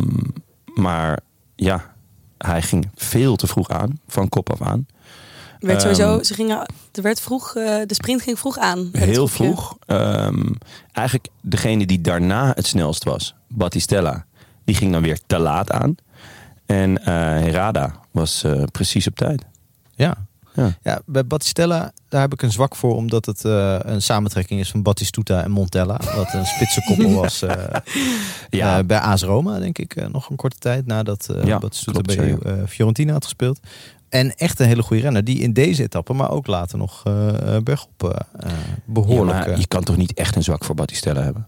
maar ja, hij ging veel te vroeg aan, van kop af aan.
Er werd
Ehm,
sowieso, ze gingen, er werd vroeg, eh, de sprint ging vroeg aan. met het
Heel
groepje.
vroeg. Ehm, eigenlijk degene die daarna het snelst was, Battistella, die ging dan weer te laat aan. En eh Herada was eh, precies op tijd.
ja.
Ja.
Ja, bij Battistella, daar heb ik een zwak voor, omdat het eh, een samentrekking is van Battistuta en Montella. Wat een spitse koppel was eh,
Ja,
Eh, bij AS Roma, denk ik, eh, nog een korte tijd nadat eh
Ja,
Batistuta
klopt,
bij
ja,
eh, Fiorentina had gespeeld. En echt een hele goede renner, die in deze etappe, maar ook later nog eh eh, bergop eh, eh, behoorlijk...
Ja, maar
eh,
je kan toch niet echt een zwak voor Battistella hebben?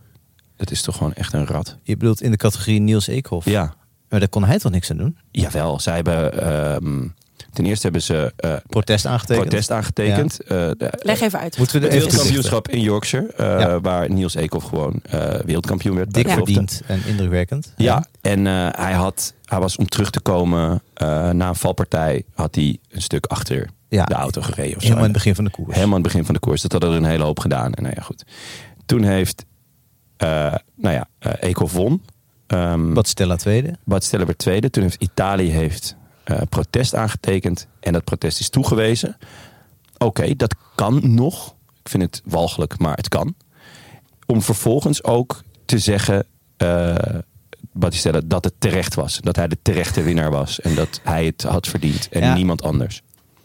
Dat is toch gewoon echt een rat?
je bedoelt in de categorie Niels Eekhoff.
Ja,
Maar daar kon hij toch niks aan doen?
jawel. Zij hebben... ehm, ten eerste hebben ze eh,
Protest aangetekend.
protest aangetekend. Eh, de-
Leg even uit.
Moeten we
Het
er even
wereldkampioenschap in Yorkshire, eh,
Ja.
waar Niels Eekhoff gewoon eh, wereldkampioen werd. bij
Dik
de belofte.
verdiend en indrukwekkend.
Ja, en eh, hij, had, hij was om terug te komen eh, na een valpartij, had hij een stuk achter
Ja.
de auto gereden. Of zo.
Helemaal in het begin van de koers.
Helemaal aan het begin van de koers. Dat hadden er een hele hoop gedaan. En nou ja, goed. Toen heeft, eh, nou ja, eh, Eekhoff won. Ehm,
Battistella tweede.
Bad Stiller werd tweede. Toen heeft Italië heeft, eh, protest aangetekend. En dat protest is toegewezen. Oké, dat kan nog. Ik vind het walgelijk, maar het kan. Om vervolgens ook te zeggen... eh Battistella, dat het terecht was. Dat hij de terechte winnaar was. En dat hij het had verdiend. En
Ja.
niemand anders.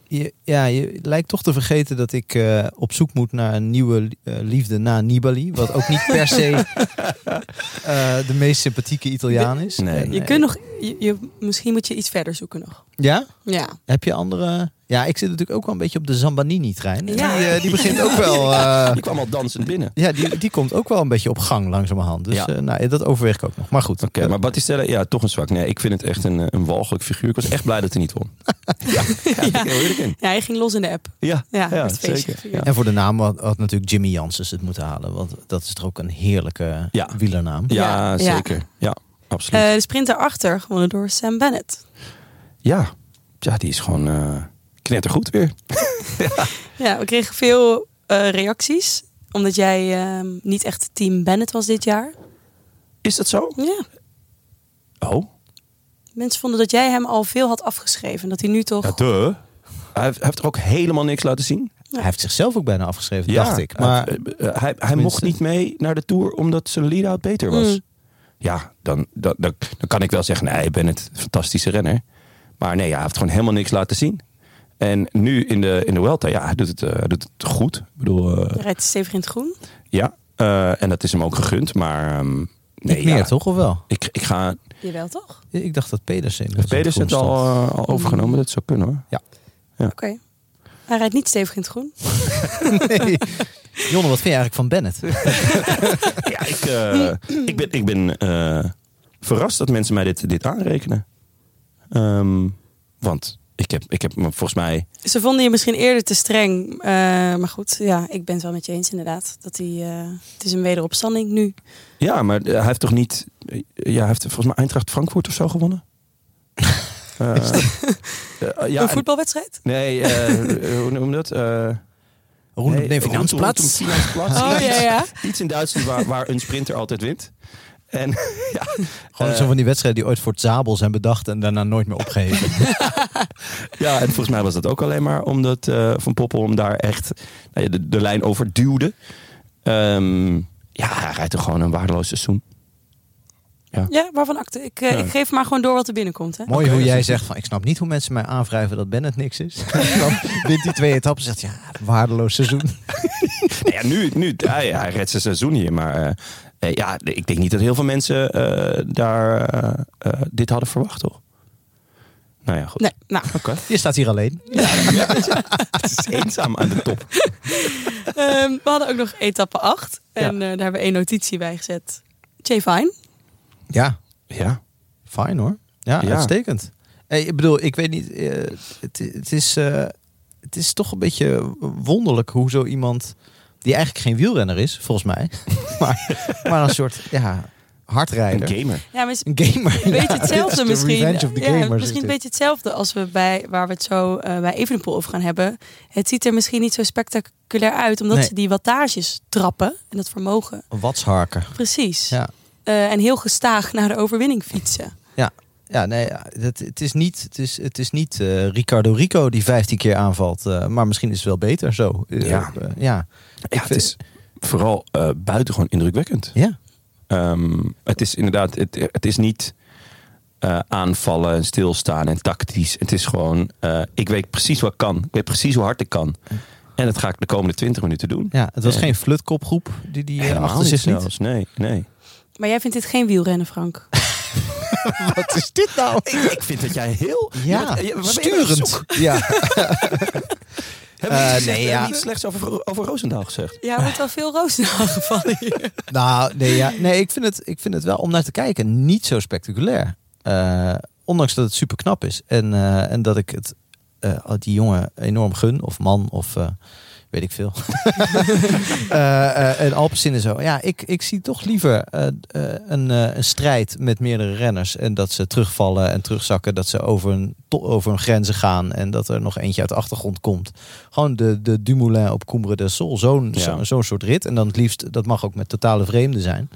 Je, ja, je lijkt toch te vergeten dat ik eh, op zoek moet naar een nieuwe eh, liefde na Nibali. Wat ook niet per se eh, de meest sympathieke Italiaan is.
Nee.
Je kunt nog, je, je- misschien moet je iets verder zoeken nog.
Ja?
Ja.
Heb je andere Ja, ik zit natuurlijk ook wel een beetje op de Zambanini-trein.
Ja.
Die, eh, die begint ook wel... eh,
Die kwam al dansend binnen.
ja, die, die komt ook wel een beetje op gang langzamerhand. Dus
Ja.
eh, nou, dat overweeg ik ook nog. Maar goed.
Oké, maar Battistella, ja, toch een zwak. Nee, ik vind het echt een, eh, een walgelijk figuur. Ik was echt blij dat hij niet won. ja, ja, ik heel eerlijk in.
Ja, hij ging los in de app.
Ja,
Ja,
ja,
het feestje
zeker.
gevierd.
Ja.
Eh, En voor de naam had, had natuurlijk Jimmy Janssens het moeten halen. Want dat is toch ook een heerlijke
Ja.
wielernaam.
Ja,
Ja.
zeker. Ja, absoluut.
Eh, de sprint daarachter, gewonnen door Sam Bennett.
ja. ja, die is gewoon eh, knettergoed weer.
Ja, we kregen veel eh, reacties. Omdat jij ehm, niet echt team Bennett was dit jaar.
Is dat zo?
Ja,
Oh.
mensen vonden dat jij hem al veel had afgeschreven. Dat hij nu toch...
Ja, duh. Hij heeft, hij heeft er ook helemaal niks laten zien.
Hij heeft zichzelf ook bijna afgeschreven, dacht ik.
Maar,
Maar
hij, hij mocht niet mee naar de Tour omdat zijn lead-out beter was.
Mm.
Ja, dan, dan, dan, dan kan ik wel zeggen, nee, ik ben het fantastische renner. Maar nee, ja, hij heeft gewoon helemaal niks laten zien. En nu in de, in de Welta, ja, hij doet het, eh, hij doet het goed. Ik bedoel, eh,
Hij rijdt stevig in het groen.
ja, eh, en dat is hem ook gegund. Maar ehm, nee,
niet meer
ja,
toch, of wel?
Ik, ik ga...
Jawel toch?
Ik dacht dat Pedersen... in
Peders
groen
het al,
stond.
eh, al overgenomen, dat zou kunnen hoor.
Oké. Hij rijdt niet stevig in het groen.
eh.
Nee. Jonne, wat vind je eigenlijk van Bennett?
Ja, ik, eh, ik ben, ik ben eh, verrast dat mensen mij dit, dit aanrekenen. Ehm, want ik heb, ik heb me volgens mij.
Ze vonden je misschien eerder te streng. eh, maar goed, ja, ik ben het wel met je eens inderdaad. Dat hij, eh, het is een wederopstanding nu.
Ja, maar eh, hij heeft toch niet. eh, Ja, hij heeft volgens mij Eintracht Frankfurt of zo gewonnen. Eh, eh, ja,
een voetbalwedstrijd?
Nee, eh, hoe noem je dat? Eh,
Roen
nee,
nee,
Rund- Rund-
Finanzplatz.
Rund- Finanzplatz.
Oh ja, ja.
Iets in Duitsland waar, waar een sprinter altijd wint. En ja,
Gewoon
eh,
zo van die wedstrijden die ooit voor het Zabel zijn bedacht en daarna nooit meer opgeheven.
Ja, en volgens mij was dat ook alleen maar omdat eh, Van Poppel hem daar echt nou ja, de, de lijn over duwde. Ehm, ja, hij rijdt toch gewoon een waardeloos seizoen.
Ja, waarvan acte? Ik, eh,
Ja.
ik geef maar gewoon door wat er binnenkomt. Hè?
Mooi hoe jij zegt van, ik snap niet hoe mensen mij aanwrijven dat Bennett niks is. Dan wint die twee etappes en zegt, ja, waardeloos seizoen.
Nou ja, nu, nu hij, hij redt zijn seizoen hier. Maar eh, eh, ja, ik denk niet dat heel veel mensen eh, daar eh, eh, dit hadden verwacht, toch? Nou ja, goed.
Nee, nou.
Oké.
Je staat hier alleen.
Het is eenzaam aan de top.
Ehm, we hadden ook nog etappe 8. En eh, daar hebben we één notitie bij gezet. Jay Fine.
Ja,
Ja,
Fijn hoor. Ja,
Ja.
uitstekend. Hey, ik bedoel, ik weet niet. eh, het, het, is, eh, het is toch een beetje wonderlijk hoe zo iemand. die eigenlijk geen wielrenner is, volgens mij. maar, maar een soort ja,
een
hardrijder.
gamer.
Ja, maar het is
Een gamer.
een
ja.
beetje
Dit is de
hetzelfde misschien.
revenge of the
ja,
gamers
misschien een
natuurlijk.
beetje hetzelfde als we bij, waar we het zo eh, bij Evenepoel over gaan hebben. Het ziet er misschien niet zo spectaculair uit, omdat
Nee.
ze die wattages trappen en dat vermogen.
Watsharken.
Precies.
Ja.
Eh, en heel gestaag naar de overwinning fietsen.
Ja, nee, ja, het, het is niet, het is, het is niet eh, Ricardo Rico die 15 keer aanvalt. eh, maar misschien is het wel beter zo. Eh,
Ja.
eh, ja.
Ja, het is vooral eh buitengewoon indrukwekkend.
ja.
Ehm, het is inderdaad, het, het is niet eh, aanvallen en stilstaan en tactisch. Het is gewoon, eh, ik weet precies wat ik kan. Ik weet precies hoe hard ik kan. En dat ga ik de komende 20 minuten doen.
Ja, het was
Ja.
geen flutkopgroep die die eh,
Helemaal
achter
niet
zich liet.
zelfs. Nee, nee.
Maar jij vindt dit geen wielrennen, Frank?
Wat is dit nou?
Ik vind dat jij heel...
Ja, sturend. Ja. Eh, nee, ja.
niet slechts over, over Roosendaal gezegd?
Ja, er wordt wel veel rozen aangevallen hier.
Nou, nee, ja, nee ik, vind het, ik vind het wel om naar te kijken niet zo spectaculair. Eh, ondanks dat het super knap is. En, eh, en dat ik het eh, die jongen enorm gun, of man, of eh, weet ik veel. Eh, eh, en Alpecin en zo. Ja, ik, ik zie toch liever eh, eh, een, eh, een strijd met meerdere renners. En dat ze terugvallen en terugzakken. Dat ze over hun, to- over hun grenzen gaan. En dat er nog eentje uit de achtergrond komt. Gewoon de, de Dumoulin op Coumbre del Sol. Zo'n
Ja.
zo- zo'n soort rit. En dan het liefst, dat mag ook met totale vreemden zijn.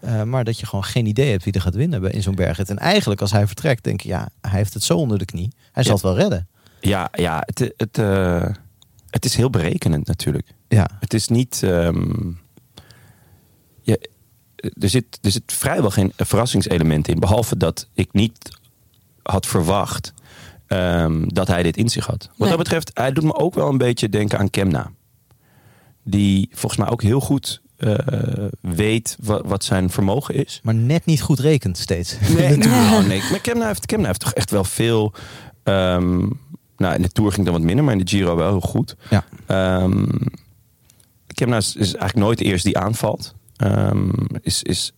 Eh, maar dat je gewoon geen idee hebt wie er gaat winnen bij- in zo'n bergrit. En eigenlijk als hij vertrekt denk je, ja, hij heeft het zo onder de knie. Hij zal het wel redden.
Ja, ja het, het, eh, het is heel berekenend natuurlijk.
Ja,
Het is niet. ehm, je, er, zit, er zit vrijwel geen verrassingselement in. Behalve dat ik niet had verwacht ehm, dat hij dit in zich had. Wat
Nee.
dat betreft, hij doet me ook wel een beetje denken aan Kemna. Die volgens mij ook heel goed eh, weet wa- wat zijn vermogen is.
maar net niet goed rekent steeds.
Nee, nou, nee. Maar Kemna heeft, Kemna heeft toch echt wel veel ehm, Nou, in de Tour ging dan wat minder, maar in de Giro wel heel goed.
Ja.
Ehm Kemna is, is eigenlijk nooit de eerste die aanvalt. Ehm, is, is,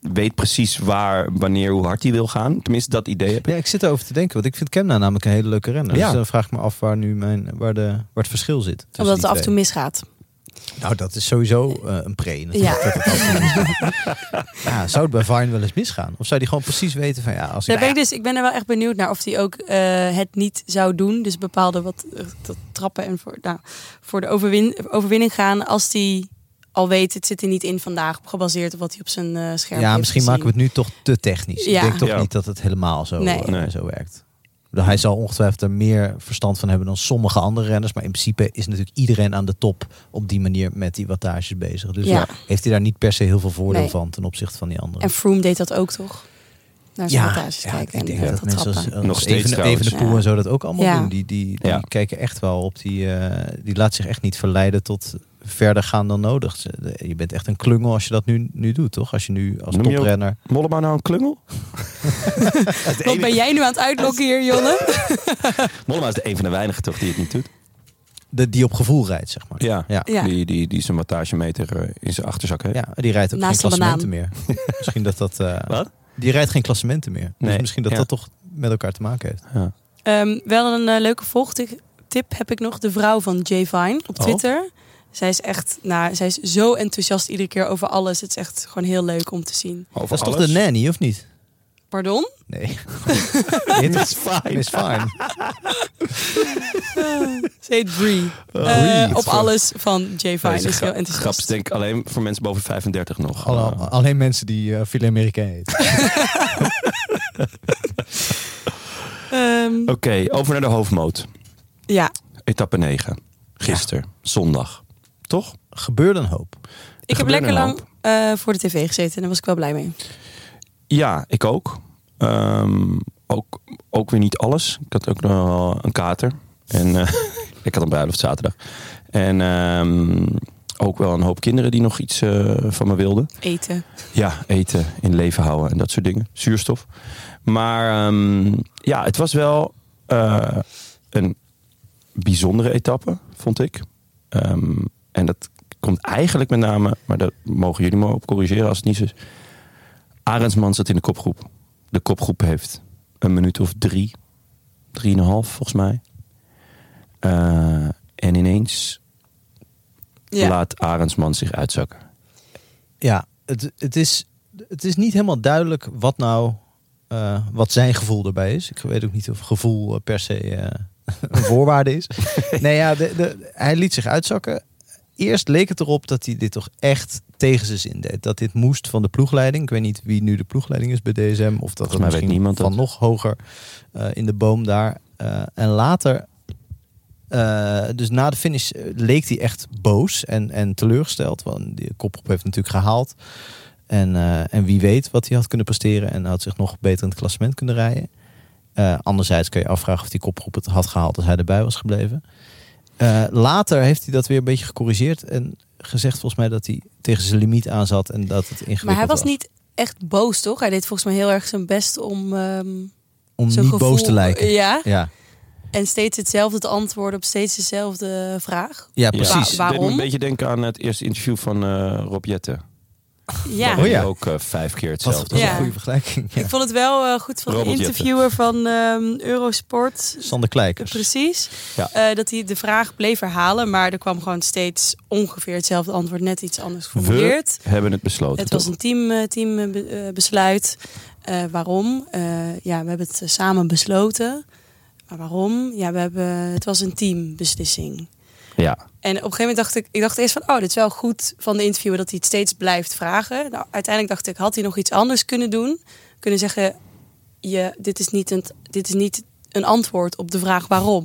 weet precies waar, wanneer, hoe hard hij wil gaan. Tenminste, dat idee heb ik.
Ja, ik zit erover te denken, want ik vind Kemna namelijk een hele leuke renner.
Ja.
Dus dan vraag ik me af waar nu mijn, waar de, waar het verschil zit. tussen
Omdat het
die
af en toe
twee.
misgaat.
Nou, dat is sowieso eh, een pre. natuurlijk,
Ja.
dat het af en toe misgaat. ja, zou het bij Vine wel eens misgaan? Of zou die gewoon precies weten van Nou ja, als
Daar
ik,
ben ik, dus, ik ben er wel echt benieuwd naar of hij ook eh, het niet zou doen. Dus bepaalde wat eh, dat trappen en voor, nou, voor de overwin- overwinning gaan. Als hij al weet, het zit er niet in vandaag. Gebaseerd op wat hij op zijn eh, scherm
ja,
heeft
misschien
gezien.
maken we het nu toch te technisch. Ik
Ja.
denk toch
Ja.
niet dat het helemaal zo,
Nee.
eh,
Nee.
zo werkt. Ik bedoel, Hij zal ongetwijfeld er meer verstand van hebben dan sommige andere renners. Maar in principe is natuurlijk iedereen aan de top op die manier met die wattages bezig. Dus
Ja.
ja, heeft hij daar niet per se heel veel voordeel
Nee.
van ten opzichte van die anderen.
En Froome deed dat ook toch? Naar zijn wattages kijken.
ik denk
en
dat,
dat
mensen
trappen.
als, als
Nog steeds
even,
trouwens.
Evenepoel
Ja.
en zo dat ook allemaal
Ja.
doen. Die, die, die
Ja.
kijken echt wel op die... eh, die laat zich echt niet verleiden tot verder gaan dan nodig. Ze- de- Je bent echt een klungel als je dat nu, nu doet, toch? Als je nu als
Noem je ook-
toprenner...
Mollema nou een klungel?
Wat ben jij nu aan het uitlokken hier, Jonne?
Mollema is de een van de weinigen toch die het niet doet.
De, die op gevoel rijdt, zeg maar.
Ja,
Ja.
Ja.
Die, die, die zijn wattagemeter eh, in zijn achterzak heeft.
Ja, die rijdt ook
Naast
geen
de
klassementen meer. misschien dat dat... eh,
Wat?
Die rijdt geen klassementen meer.
Nee,
Dus misschien dat
ja.
dat toch met elkaar te maken heeft.
Ja.
Ehm, wel een eh, leuke volgtip heb ik nog. De vrouw van Jay Vine op
Oh.
Twitter. Zij is echt, nou, zij is zo enthousiast iedere keer over alles. Het is echt gewoon heel leuk om te zien.
Over
dat is
alles.
toch de nanny, of niet?
Pardon?
Nee. Het is
fijn.
Is fine.
Ze heet Bree. Eh,
Bree.
op alles van Jay Vine
Deze
is
gra-
heel enthousiast.
grap is denk ik alleen voor mensen boven 35 nog.
Alle-
Eh,
alleen mensen die eh filet Amerikaan eten.
Ehm,
Oké, over naar de hoofdmoot.
ja,
Etappe 9. Gisteren, zondag. Toch?
Gebeurde een hoop.
ik heb
gebeurde
lekker
een
lang
hoop.
eh, voor de tv gezeten en daar was ik wel blij mee.
Ja, ik ook. Ehm, ook. Ook weer niet alles. Ik had ook nog wel een kater. En eh, ik had een bruiloft zaterdag. En ehm, ook wel een hoop kinderen die nog iets eh, van me wilden.
Eten.
Ja, eten, in leven houden en dat soort dingen. Zuurstof. Maar ehm, ja, het was wel eh, een bijzondere etappe, vond ik. Ehm, en dat komt eigenlijk met name, maar daar mogen jullie me op corrigeren als het niet zo is. Arendsman zat in de kopgroep. De kopgroep heeft een minuut of drie, drieënhalf volgens mij. Eh, en ineens
Ja.
laat Arendsman zich uitzakken.
Ja, het, het, is, het is niet helemaal duidelijk wat nou eh, wat zijn gevoel daarbij is. Ik weet ook niet of gevoel eh, per se eh, een voorwaarde is. nee, ja, de, de, hij liet zich uitzakken. Eerst leek het erop dat hij dit toch echt tegen zijn zin deed. Dat dit moest van de ploegleiding. Ik weet niet wie nu de ploegleiding is bij DSM. Of dat
mij
er
weet
misschien
niemand
van
dat.
nog hoger eh, in de boom daar. Eh, en later eh, dus na de finish eh, leek hij echt boos en, en teleurgesteld. Want die kopgroep heeft natuurlijk gehaald. En, eh, en wie weet wat hij had kunnen presteren. En had zich nog beter in het klassement kunnen rijden. Eh, anderzijds kun je afvragen of die kopgroep het had gehaald als hij erbij was gebleven. Eh, later heeft hij dat weer een beetje gecorrigeerd. En gezegd volgens mij dat hij tegen zijn limiet aan zat. En dat het ingewikkeld
Maar hij was
was
niet echt boos, toch? Hij deed volgens mij heel erg zijn best om ehm
Om niet
zijn gevoel... eh,
boos te lijken.
Ja,
Ja,
en steeds hetzelfde te antwoorden op steeds dezelfde vraag.
ja
Ja.
precies.
Wa-
Deed me
waarom?
een beetje denken aan het eerste interview van eh Rob Jetten.
Ja.
Dat
Oh ja.
deed ook eh, vijf keer
Wat,
hetzelfde.
wat
Ja.
een goede vergelijking. Ja.
Ik vond het wel eh, goed van de
Robert
interviewer van ehm, Eurosport.
Sander Kleikers.
Precies.
Dus Ja.
Eh, dat hij de vraag bleef herhalen, maar er kwam gewoon steeds ongeveer hetzelfde antwoord, net iets anders geformuleerd.
We hebben het besloten.
Het was
toch?
een teambesluit. Team, eh, be- eh, besluit. Eh, waarom? Eh, ja, we hebben het eh, samen besloten. Maar waarom? Ja, we hebben, het was een teambeslissing.
Ja.
En op een gegeven moment dacht ik, ik dacht eerst van, oh, dit is wel goed van de interviewer dat hij het steeds blijft vragen. Nou, uiteindelijk dacht ik, had hij nog iets anders kunnen doen? Kunnen zeggen, je, dit, is niet een, dit is niet een antwoord op de vraag waarom.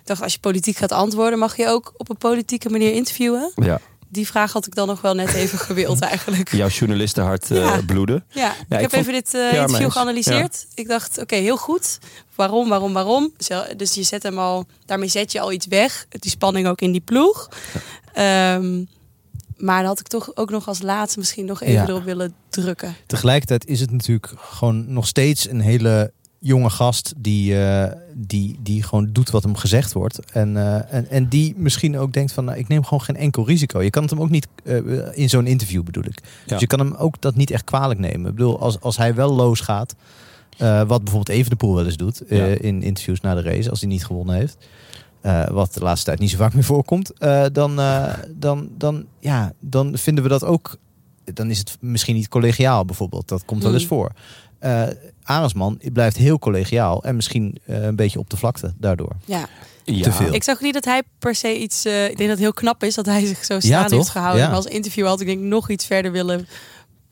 Ik dacht, als je politiek gaat antwoorden, mag je ook op een politieke manier interviewen?
ja.
Die vraag had ik dan nog wel net even gewild eigenlijk.
Jouw journalistenhart eh
Ja.
bloeden.
Ja, ik heb
vond-
even dit
Ja,
eh,
maar
interview
eens.
geanalyseerd. Ik dacht, oké, heel goed. Waarom, waarom, waarom? Zo- Dus je zet hem al, daarmee zet je al iets weg. Die spanning ook in die ploeg. Ehm, maar dan had ik toch ook nog als laatste misschien nog even
Ja.
erop willen drukken.
Tegelijkertijd is het natuurlijk gewoon nog steeds een hele jonge gast die, eh, die, die gewoon doet wat hem gezegd wordt. En, eh, en, en die misschien ook denkt van, nou, ik neem gewoon geen enkel risico. Je kan het hem ook niet, eh, in zo'n interview bedoel ik. Dus je kan hem ook dat niet echt kwalijk nemen. Ik bedoel, als, als hij wel loos gaat, eh, wat bijvoorbeeld Evenepoel wel eens doet eh,
Ja.
in interviews na de race, als hij niet gewonnen heeft. eh, wat de laatste tijd niet zo vaak meer voorkomt, eh, dan, eh, dan, dan, ja, dan vinden we dat ook. Dan is het misschien niet collegiaal bijvoorbeeld. Dat komt wel eens
Mm.
voor. Eh Arendsman blijft heel collegiaal en misschien eh, een beetje op de vlakte daardoor.
Ja.
Ja.
Te veel.
Ik zag niet dat hij per se iets. eh, ik denk dat het heel knap is dat hij zich zo staan heeft
toch?
gehouden.
Ja.
Maar als interview had ik denk ik nog iets verder willen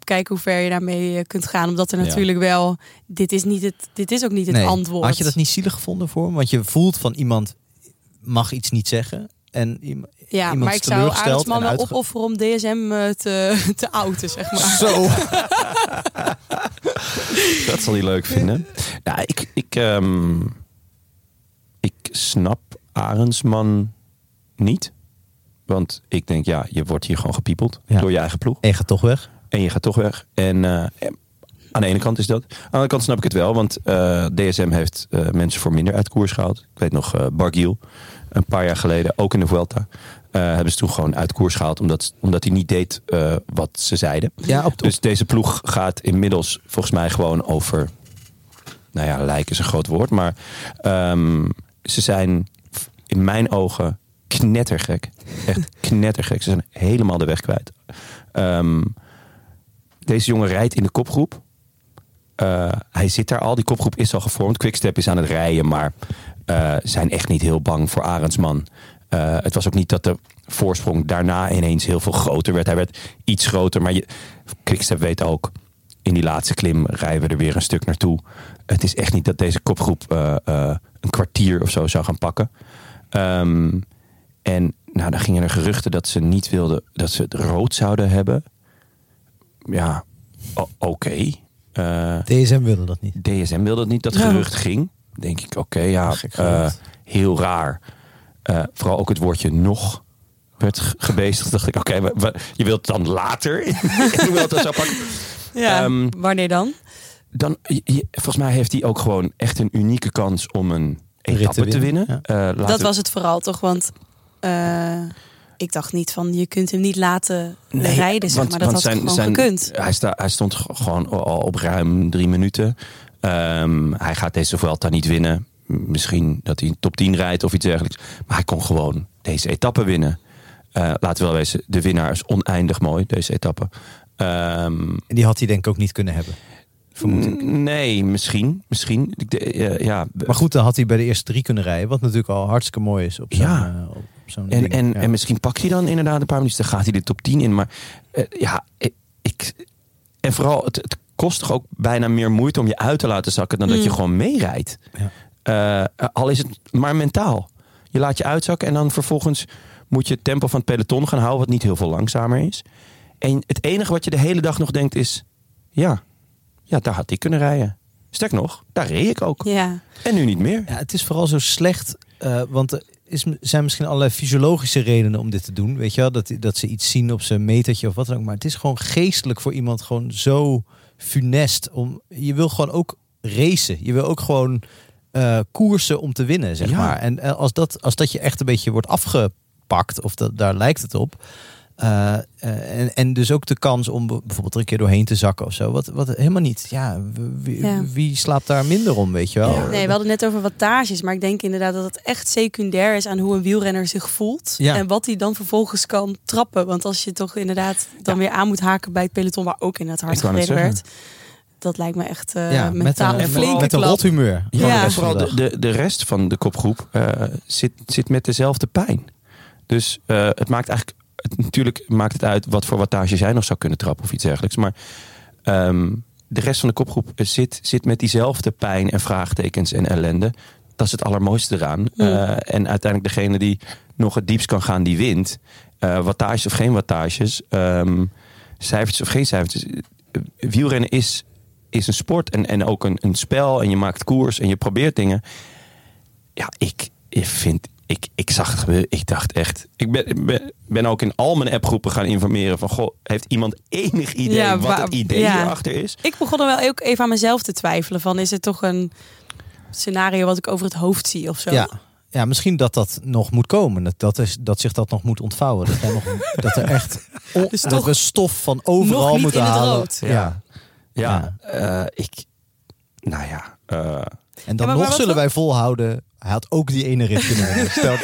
kijken hoe ver je daarmee eh, kunt gaan. Omdat er
Ja.
natuurlijk wel. Dit is, niet het, dit is ook niet het
Nee.
antwoord.
Had je dat niet zielig gevonden voor hem? Want je voelt van iemand mag iets niet zeggen. En iem-
Ja,
iemand
maar
is
ik zou
teleurgesteld
Arendsman
en
wel
uitge-
opofferen om DSM eh, te, te outen, zeg maar.
zo.
Dat zal hij leuk vinden. Ja, ik, ik, ehm, ik snap Arendsman niet. Want ik denk, ja, je wordt hier gewoon gepiepeld
Ja.
door je eigen ploeg.
en je gaat toch weg.
En je gaat toch weg. En eh, en aan de ene kant is dat. Aan de andere kant snap ik het wel. Want eh, DSM heeft eh, mensen voor minder uit koers gehaald. Ik weet nog, eh Barguil, een paar jaar geleden, ook in de Vuelta. eh, hebben ze toen gewoon uit koers gehaald. Omdat, omdat hij niet deed eh, wat ze zeiden.
Ja, op de-
Dus deze ploeg gaat inmiddels volgens mij gewoon over. Nou ja, lijk is een groot woord. Maar ehm, ze zijn in mijn ogen knettergek. Echt knettergek. Ze zijn helemaal de weg kwijt. Ehm, deze jongen rijdt in de kopgroep. Eh, hij zit daar al. Die kopgroep is al gevormd. Quickstep is aan het rijden, maar eh, zijn echt niet heel bang voor Arendsman. Eh, het was ook niet dat de voorsprong daarna ineens heel veel groter werd. Hij werd iets groter, maar je, Quickstep weet ook... in die laatste klim rijden we er weer een stuk naartoe. Het is echt niet dat deze kopgroep eh, eh, een kwartier of zo zou gaan pakken. Ehm, en nou, dan gingen er geruchten dat ze niet wilden... dat ze het rood zouden hebben. Ja, o- oké. Eh,
DSM wilde dat niet.
DSM wilde het niet, dat gerucht ging. Denk ik, oké, ja,
Gek gerucht.
eh, heel raar. Eh, vooral ook het woordje nog werd ge- gebezigd. dacht ik, oké, maar- maar je wilt het dan later. je wilt dat zo pakken.
Ja,
Ehm,
wanneer dan?
Dan, je- je- volgens mij heeft hij ook gewoon echt een unieke kans om een
Rit te
etappe te winnen.
winnen,
Eh, laten
Dat
we-
was het vooral toch, want eh, ik dacht niet van je kunt hem niet laten rijden, zeg maar. Dat had gewoon gekund.
Hij, sta, hij stond g- gewoon al op ruim drie minuten. Ehm, hij gaat deze Vuelta niet winnen. Misschien dat hij een top 10 rijdt of iets dergelijks. Maar hij kon gewoon deze etappe winnen. Eh, laten we wel wezen, de winnaar is oneindig mooi, deze etappe. Ehm,
En die had hij denk ik ook niet kunnen hebben.
nee, misschien. misschien. Ik de- eh, ja,
Maar goed, dan had hij bij de eerste drie kunnen rijden. Wat natuurlijk al hartstikke mooi is op zo'n
Ja.
eh, op zo'n
En,
ding.
en,
Ja.
en misschien pakt hij dan inderdaad een paar minuten. Dan gaat hij de top 10 in. Maar eh, ja, eh, ik. En vooral, het, het kost toch ook bijna meer moeite om je uit te laten zakken. dan dat je gewoon meerijdt. Eh, al is het maar mentaal. Je laat je uitzakken en dan vervolgens moet je het tempo van het peloton gaan houden. wat niet heel veel langzamer is. En het enige wat je de hele dag nog denkt is. ja, ja daar had ik kunnen rijden. Sterk nog, daar reed ik ook.
Oh.
Ja,
En nu niet meer.
Ja, het is vooral zo slecht, eh, want er is, zijn misschien allerlei fysiologische redenen om dit te doen. Weet je wel, dat, dat ze iets zien op zijn metertje of wat dan ook. Maar het is gewoon geestelijk voor iemand gewoon zo funest. Om, je wil gewoon ook racen. Je wil ook gewoon eh, koersen om te winnen, zeg
Ja.
maar. En eh, als, dat, als dat je echt een beetje wordt afgepakt, of dat, daar lijkt het op... eh, eh, en, en dus ook de kans om b- bijvoorbeeld er een keer doorheen te zakken of zo. Wat, wat helemaal niet. Ja, w- wie,
Ja.
wie slaapt daar minder om, weet je wel?
nee, we hadden het net over wattages, maar ik denk inderdaad dat het echt secundair is aan hoe een wielrenner zich voelt
Ja.
en wat hij dan vervolgens kan trappen. Want als je toch inderdaad dan weer aan moet haken bij het peloton, waar ook inderdaad hard
Ik wou net
gereden werd,
zeggen.
dat lijkt me echt eh
ja, met
mentaal
een,
een flinke
met een
klap.
rot humeur.
Ja,
Ja.
en vooral de, de, de rest van de kopgroep eh, zit, zit met dezelfde pijn. Dus eh, het maakt eigenlijk. Het, natuurlijk maakt het uit wat voor wattage zij nog zou kunnen trappen of iets dergelijks. Maar ehm, de rest van de kopgroep eh, zit, zit met diezelfde pijn en vraagtekens en ellende. Dat is het allermooiste eraan. Eh, en uiteindelijk degene die nog het diepst kan gaan, die wint. Eh wattages of geen wattages. ehm, cijfertjes of geen cijfertjes. Eh, Wielrennen is, is een sport en, en ook een, een spel. En je maakt koers en je probeert dingen. Ja, ik, ik vind... Ik, ik zag het gebeuren. Ik dacht echt... Ik ben, ik ben, ben ook in al mijn appgroepen gaan informeren van... Goh, heeft iemand enig idee
Ja,
wat
waar-
het idee
ja.
hierachter is?
Ik begon er wel ook even aan mezelf te twijfelen van is het toch een scenario wat ik over het hoofd zie of zo.
Ja. ja, misschien dat dat nog moet komen. Dat, dat, is, dat zich dat nog moet ontvouwen. Dat, daar nog, dat er echt on- dat
toch
we stof van overal
nog niet
moeten
in het
halen.
rood.
Ja.
Ja. Ja, eh, ik... Nou ja, eh,
En dan
maar
nog
wat
zullen
dan?
wij volhouden. Hij had ook die ene Dus rit kunnen winnen. Stel-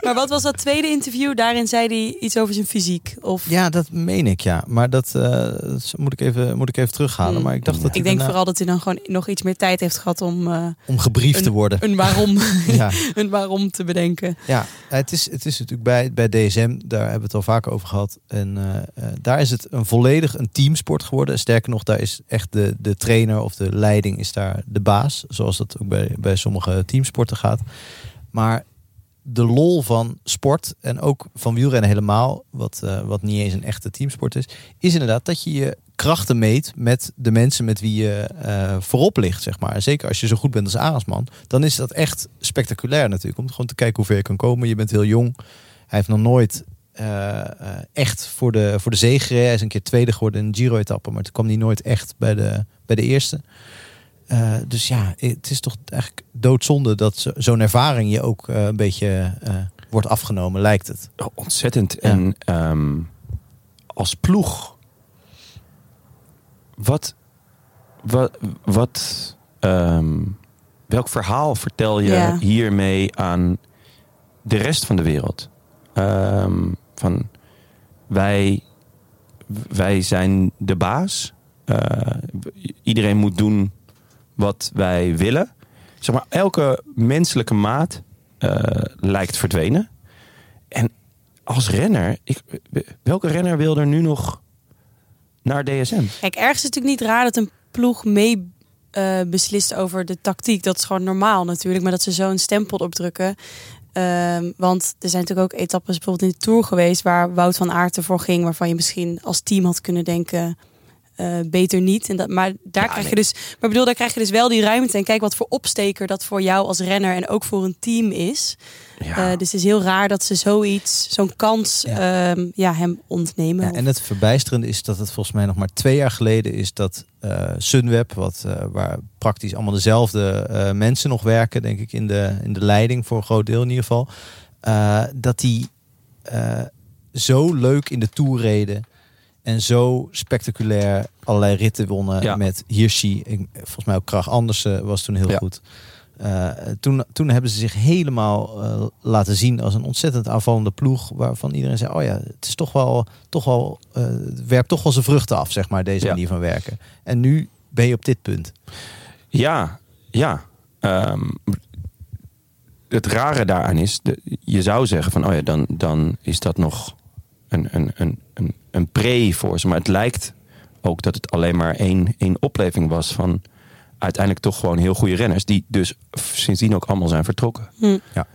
Maar wat was dat tweede interview? Daarin zei hij iets over zijn fysiek. Of
Ja, dat meen ik, ja. Maar dat, eh, dat moet, ik even, moet ik even terughalen.
Hmm.
Maar ik dacht dat hij
ik denk
daarna-
vooral dat hij dan gewoon nog iets meer tijd heeft gehad om eh,
om gebriefd te worden.
een waarom,
Ja,
een waarom te bedenken.
ja. Het, is, het is natuurlijk bij, bij DSM, daar hebben we het al vaker over gehad. En eh, eh, daar is het een volledig een teamsport geworden. Sterker nog, daar is echt de, de trainer of de leiding is daar de baas. Zoals dat ook bij, bij sommige teamsporten gaat. Maar de lol van sport en ook van wielrennen helemaal, wat, eh, wat niet eens een echte teamsport is, is inderdaad dat je je krachten meet met de mensen met wie je eh, voorop ligt, zeg maar. En Zeker als je zo goed bent als Arendsman, dan is dat echt spectaculair natuurlijk. Om gewoon te kijken hoe ver je kan komen. Je bent heel jong. Hij heeft nog nooit eh, eh, echt voor de, voor de zege gereden. Hij is een keer tweede geworden in een Giro-etappe, maar toen kwam hij nooit echt bij de, bij de eerste. Eh, dus ja, het is toch eigenlijk doodzonde dat zo- zo'n ervaring je ook eh, een beetje eh, wordt afgenomen, lijkt het.
oh, ontzettend. En ehm, als ploeg... Wat... Wat... wat ehm, welk verhaal vertel je
Ja.
hiermee aan de rest van de wereld? Ehm, van wij, wij zijn de baas. Eh, iedereen moet doen wat wij willen. Zeg maar, elke menselijke maat eh, lijkt verdwenen. En als renner, ik, welke renner wil er nu nog naar DSM?
Kijk, ergens is het natuurlijk niet raar dat een ploeg mee eh, beslist over de tactiek. Dat is gewoon normaal natuurlijk, maar dat ze zo'n stempel opdrukken. Ehm, want er zijn natuurlijk ook etappes bijvoorbeeld in de Tour geweest... waar Wout van Aert ervoor ging, waarvan je misschien als team had kunnen denken... eh, beter niet. En dat, maar daar krijg je dus. Maar bedoel, daar krijg je dus wel die ruimte. En kijk wat voor opsteker dat voor jou als renner en ook voor een team is. Eh, dus het is heel raar dat ze zoiets, zo'n kans, ehm, ja, hem ontnemen.
Ja, en het verbijsterende is dat het volgens mij nog maar twee jaar geleden is dat eh, Sunweb, wat, eh, waar praktisch allemaal dezelfde eh, mensen nog werken, denk ik, in de, in de leiding voor een groot deel in ieder geval, eh, dat die eh, zo leuk in de Tour reden en zo spectaculair allerlei ritten wonnen
Ja.
met Hirschi. en Volgens mij ook Krach Andersen was toen heel
Ja.
goed. Eh, toen, toen hebben ze zich helemaal eh, laten zien als een ontzettend aanvallende ploeg. Waarvan iedereen zei: Oh ja, het is toch wel, toch wel, eh, het werpt toch wel zijn vruchten af, zeg maar, deze
Ja.
manier van werken. En nu ben je op dit punt.
Ja, ja. Ehm, het rare daaraan is, de- je zou zeggen van, oh ja, dan, dan is dat nog een, een, een, een, een pre voor ze. Maar het lijkt ook dat het alleen maar één, één opleving was van uiteindelijk toch gewoon heel goede renners. Die dus sindsdien ook allemaal zijn vertrokken.
Hm.
Ja.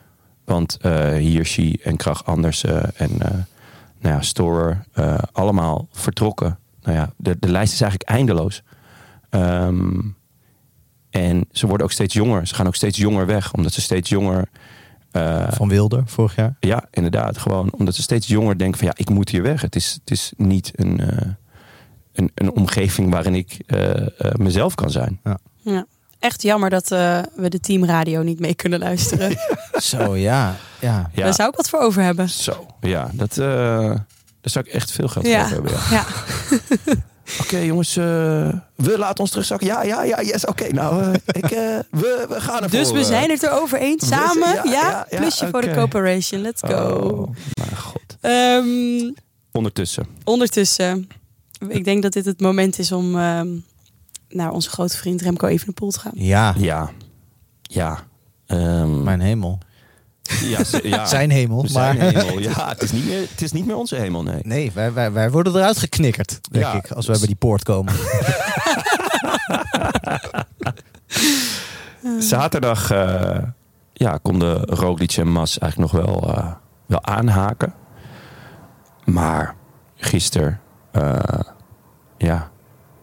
Want eh Hirschi en Krach Andersen en eh, nou ja, Storer, eh, allemaal vertrokken. Nou ja, de, de lijst is eigenlijk eindeloos. Ehm, en ze worden ook steeds jonger. Ze gaan ook steeds jonger weg, omdat ze steeds jonger eh,
Van Wilder vorig jaar.
ja, inderdaad. Gewoon omdat ze steeds jonger denken van ja, ik moet hier weg. Het is, het is niet een, eh, een, een omgeving waarin ik eh, eh, mezelf kan zijn.
Ja. Echt jammer dat eh, we de teamradio niet mee kunnen luisteren.
Zo ja, ja.
Ja,
Daar zou ik wat voor over hebben.
zo. Ja, dat, eh, daar zou ik echt veel geld voor
Ja.
hebben. ja.
Ja.
Oké jongens, eh, we laten ons terugzakken. Ja, ja, ja, yes, oké. nou, eh, ik, eh, we, we gaan ervoor.
Dus we
eh.
zijn het erover eens.
we zijn-
Samen,
ja,
ja,
ja, ja,
plusje voor de
oké.
corporation. Let's go.
Oh, mijn god.
Ehm,
Ondertussen.
ondertussen, ik denk dat dit het moment is om ehm, naar onze grote vriend Remco Evenepoel te gaan.
Ja,
Ja. Ja. Ehm,
mijn hemel.
ja, ze- ja.
Zijn hemel.
Zijn
maar
hemel. Ja, het is, niet meer, het is niet meer onze hemel, nee.
nee, wij, wij, wij worden eruit geknikkerd, denk
Ja.
ik, als wij bij die poort komen. Mhm.
Zaterdag eh, ja, konden Roglic en Mas eigenlijk nog wel, eh, wel aanhaken. Maar gisteren eh, ja,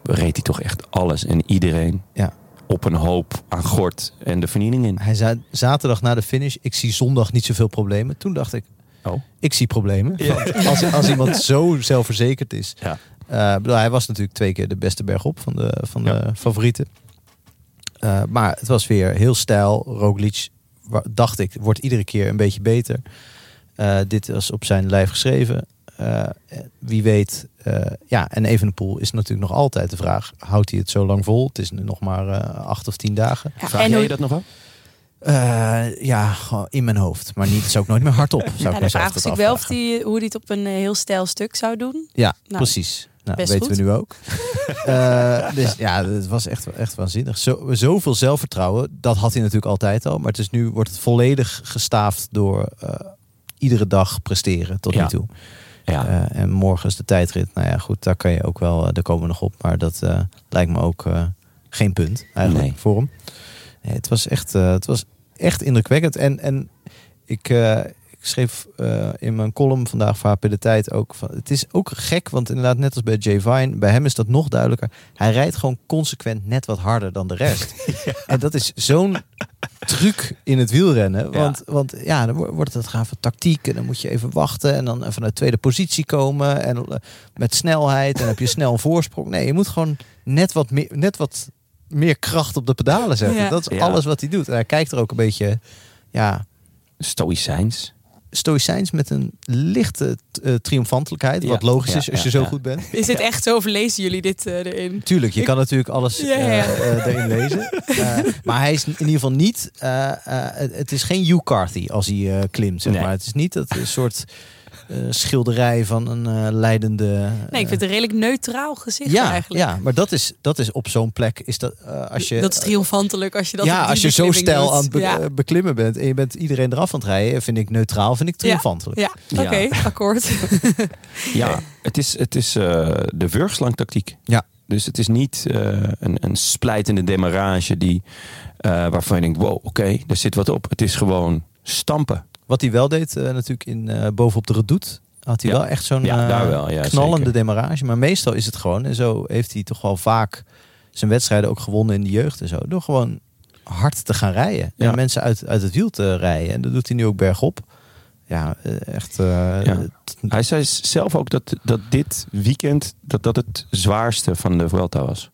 reed hij toch echt alles en iedereen
Ja.
op een hoop aan gort en de vernieling in.
Hij zei zaterdag na de finish, ik zie zondag niet zoveel problemen. Toen dacht ik,
Oh.
ik zie problemen. Want Als, als iemand zo zelfverzekerd is.
Ja.
Eh, ik bedoel, hij was natuurlijk twee keer de beste bergop van de, van de favorieten. Eh, maar het was weer heel stijl. Roglic, wa- dacht ik, wordt iedere keer een beetje beter. Eh, dit was op zijn lijf geschreven. Eh, eh, wie weet. eh, ja, en Evenepoel is natuurlijk nog altijd de vraag. Houdt hij het zo lang vol? Het is nu nog maar eh, acht of tien dagen.
Ja,
Vraag
en
jij
hoe-
je dat nog af?
Eh, ja, gewoon in mijn hoofd. Maar niet, het is ook nooit meer hardop. Zou
Ja,
ik
de
mezelf
vraag
dat
is ik wel of
afvragen.
die, hoe hij het op een eh, heel stijl stuk zou doen.
Ja,
Nou,
precies. Nou,
best
weten we
goed.
nu ook. Eh, dus ja, het was echt, echt waanzinnig. Zo, zoveel zelfvertrouwen, dat had hij natuurlijk altijd al. Maar het is nu wordt het volledig gestaafd door eh, iedere dag presteren tot
Ja.
nu toe.
Ja.
Eh, en morgen is de tijdrit. Nou ja, goed, daar kan je ook wel, eh, daar komen we nog op. Maar dat eh, lijkt me ook eh, geen punt eigenlijk
Nee.
voor hem. Nee, het was echt, eh, het was echt indrukwekkend. En, en ik, eh, ik schreef eh, in mijn column vandaag voor HP de tijd ook van. Het is ook gek, want inderdaad, net als bij Jay Vine, bij hem is dat nog duidelijker. Hij rijdt gewoon consequent net wat harder dan de rest. En dat is zo'n truc in het wielrennen.
Ja.
Want, want ja, dan wo- wordt het gaan van tactiek. En dan moet je even wachten. En dan vanuit tweede positie komen. En eh, met snelheid. En dan heb je snel een voorsprong. Nee, je moet gewoon net wat meer, net wat meer kracht op de pedalen zetten.
Ja.
Dat is
Ja.
alles wat hij doet. En hij kijkt er ook een beetje. Ja,
Stoïcijns.
stoïcijns met een lichte eh, triomfantelijkheid. Wat
Ja,
logisch
ja,
is als je
ja,
zo
ja.
goed bent.
Is het echt zo of lezen jullie dit eh, erin?
Tuurlijk, je
Ik-
kan natuurlijk alles
Ja, ja, ja.
eh, eh, erin lezen. Eh, maar hij is in ieder geval niet... eh, eh, het, het is geen Hugh Carthy als hij eh, klimt, zeg
Nee.
maar. Het is niet dat soort eh, schilderij van een eh, leidende... eh,
Nee,
Eh.
ik vind het een redelijk neutraal gezicht
ja,
eigenlijk.
ja, maar dat is, dat is op zo'n plek... Is dat, eh, als je,
dat is triomfantelijk als je dat op
ja,
die
als je zo
beklimming
stijl
doet.
aan het be-
Ja.
eh, beklimmen bent... en je bent iedereen eraf aan het rijden... vind ik neutraal, vind ik triomfantelijk.
Ja,
eh, Ja.
oké, akkoord.
Ja, het is, het is eh, de wurgslangtactiek.
Ja.
Dus het is niet eh, een, een splijtende demarrage die, eh, waarvan je denkt, wow, oké, daar zit wat op. Het is gewoon stampen.
Wat hij wel deed, eh, natuurlijk in, eh, bovenop de redoute... had hij
Ja.
wel echt zo'n
Ja,
eh,
daar wel. Ja,
knallende
zeker.
demarrage. Maar meestal is het gewoon, en zo heeft hij toch wel vaak zijn wedstrijden ook gewonnen in de jeugd en zo. Door gewoon hard te gaan rijden.
Ja.
En mensen uit, uit het wiel te rijden. En dat doet hij nu ook bergop. Ja, eh, echt. eh, t-
Hij zei s- zelf ook dat, dat dit weekend dat, dat het zwaarste van de Vuelta was.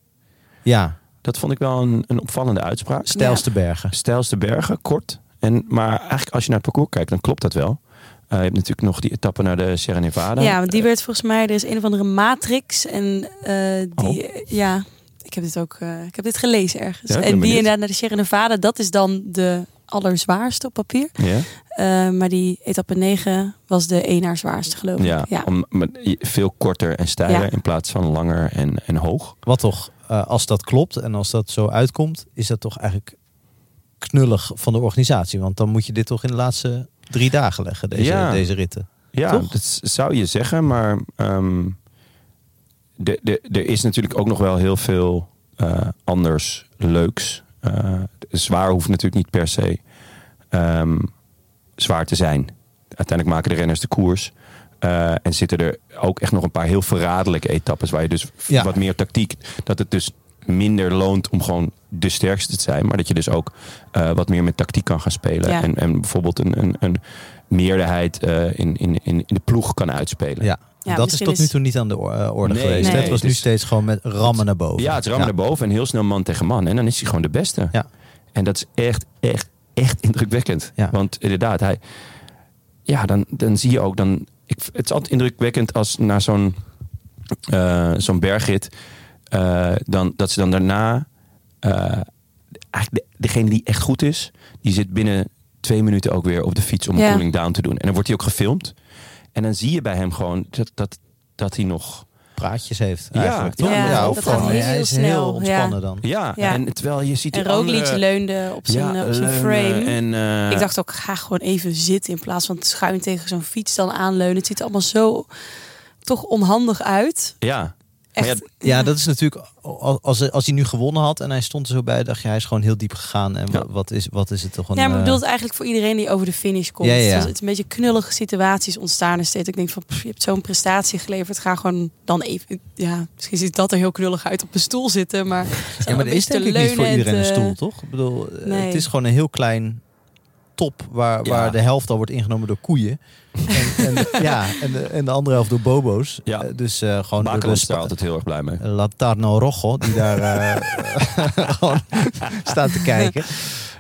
ja,
Dat vond ik wel een, een opvallende uitspraak.
stijlste bergen.
Stijlste bergen, kort. En, maar eigenlijk als je naar het parcours kijkt, dan klopt dat wel. Eh, je hebt natuurlijk nog die etappe naar de Sierra Nevada.
Ja, want die werd volgens mij, er is een of andere matrix. En eh, die, ja, ik heb dit ook, eh, ik heb dit gelezen
Oh.
ergens.
Ja, ik ben
en die
benieuwd.
inderdaad naar de Sierra Nevada, dat is dan de allerzwaarste op papier.
Ja?
Eh, maar die etappe 9 was de een naar zwaarste geloof ik.
Ja, Om, maar veel korter en steiler
Ja.
in plaats van langer en, en hoog.
Wat toch, eh, als dat klopt en als dat zo uitkomt, is dat toch eigenlijk knullig van de organisatie. Want dan moet je dit toch in de laatste drie dagen leggen, deze,
Ja.
deze ritten.
Ja,
Toch?
dat s- zou je zeggen, maar ehm, de, de, er is natuurlijk ook nog wel heel veel eh, anders leuks. Eh, zwaar hoeft natuurlijk niet per se ehm, zwaar te zijn. Uiteindelijk maken de renners de koers. Eh, en zitten er ook echt nog een paar heel verraderlijke etappes. Waar je dus v-
Ja.
wat meer tactiek. Dat het dus minder loont om gewoon de sterkste te zijn. Maar dat je dus ook eh, wat meer met tactiek kan gaan spelen.
Ja.
En, en bijvoorbeeld een, een, een meerderheid eh, in, in, in, in de ploeg kan uitspelen.
Ja.
Ja,
dat is
misschien
tot nu
is-
toe niet aan de or- eh, orde
Nee,
geweest. hè?
nee.
het was nu
Dus-
steeds gewoon met rammen naar boven. Nou,
Ja, het rammen naar boven en heel snel man tegen man. En dan is hij gewoon de beste.
Ja.
En dat is echt, echt, echt indrukwekkend.
Ja.
Want inderdaad, hij, ja, dan, dan zie je ook dan. Ik, het is altijd indrukwekkend als na zo'n eh, zo'n bergrit, eh, dan, dat ze dan daarna eh, eigenlijk de- degene die echt goed is, die zit binnen twee minuten ook weer op de fiets om een
Ja.
cooling down te doen. En dan wordt hij ook gefilmd. En dan zie je bij hem gewoon dat, dat, dat hij nog
praatjes heeft.
Ja,
eigenlijk, toch?
ja, Ja, dat
of
gaat
gewoon,
heel
hij is
snel,
heel ontspannen
ja.
dan.
Ja,
Ja.
en terwijl je ziet
En
die
Roglic
andere...
leunde op zijn,
Ja,
eh, op zijn
leunen
frame.
En, eh,
Ik dacht ook, ga gewoon even zitten in plaats van schuin tegen zo'n fiets dan aanleunen. Het ziet er allemaal zo toch onhandig uit.
Ja.
Echt.
Maar ja,
Ja, dat is natuurlijk, al- als, als hij nu gewonnen had en hij stond er zo bij, dacht je, hij is gewoon heel diep gegaan. En wa-
Ja.
wat, is, wat is het toch een...
ja, maar ik
eh,
bedoel het eigenlijk voor iedereen die over de finish komt.
Ja, ja, ja.
Dus het is een beetje knullige situaties ontstaan er steeds. Ik denk van, pff, je hebt zo'n prestatie geleverd, ga gewoon dan even... Ja, misschien ziet dat er heel knullig uit op een stoel zitten, maar...
ja, maar er is denk ik niet voor iedereen een stoel, toch? Ik bedoel, eh,
nee.
het is gewoon een heel klein top waar, waar
Ja.
de helft al wordt ingenomen door koeien. en, en, ja, en, de, en de andere helft door bobo's.
Ja.
Eh, dus eh, gewoon door
Bakker
de
is daar
spa-
altijd heel erg blij mee.
Latarno Rojo, die daar eh, gewoon staat te kijken.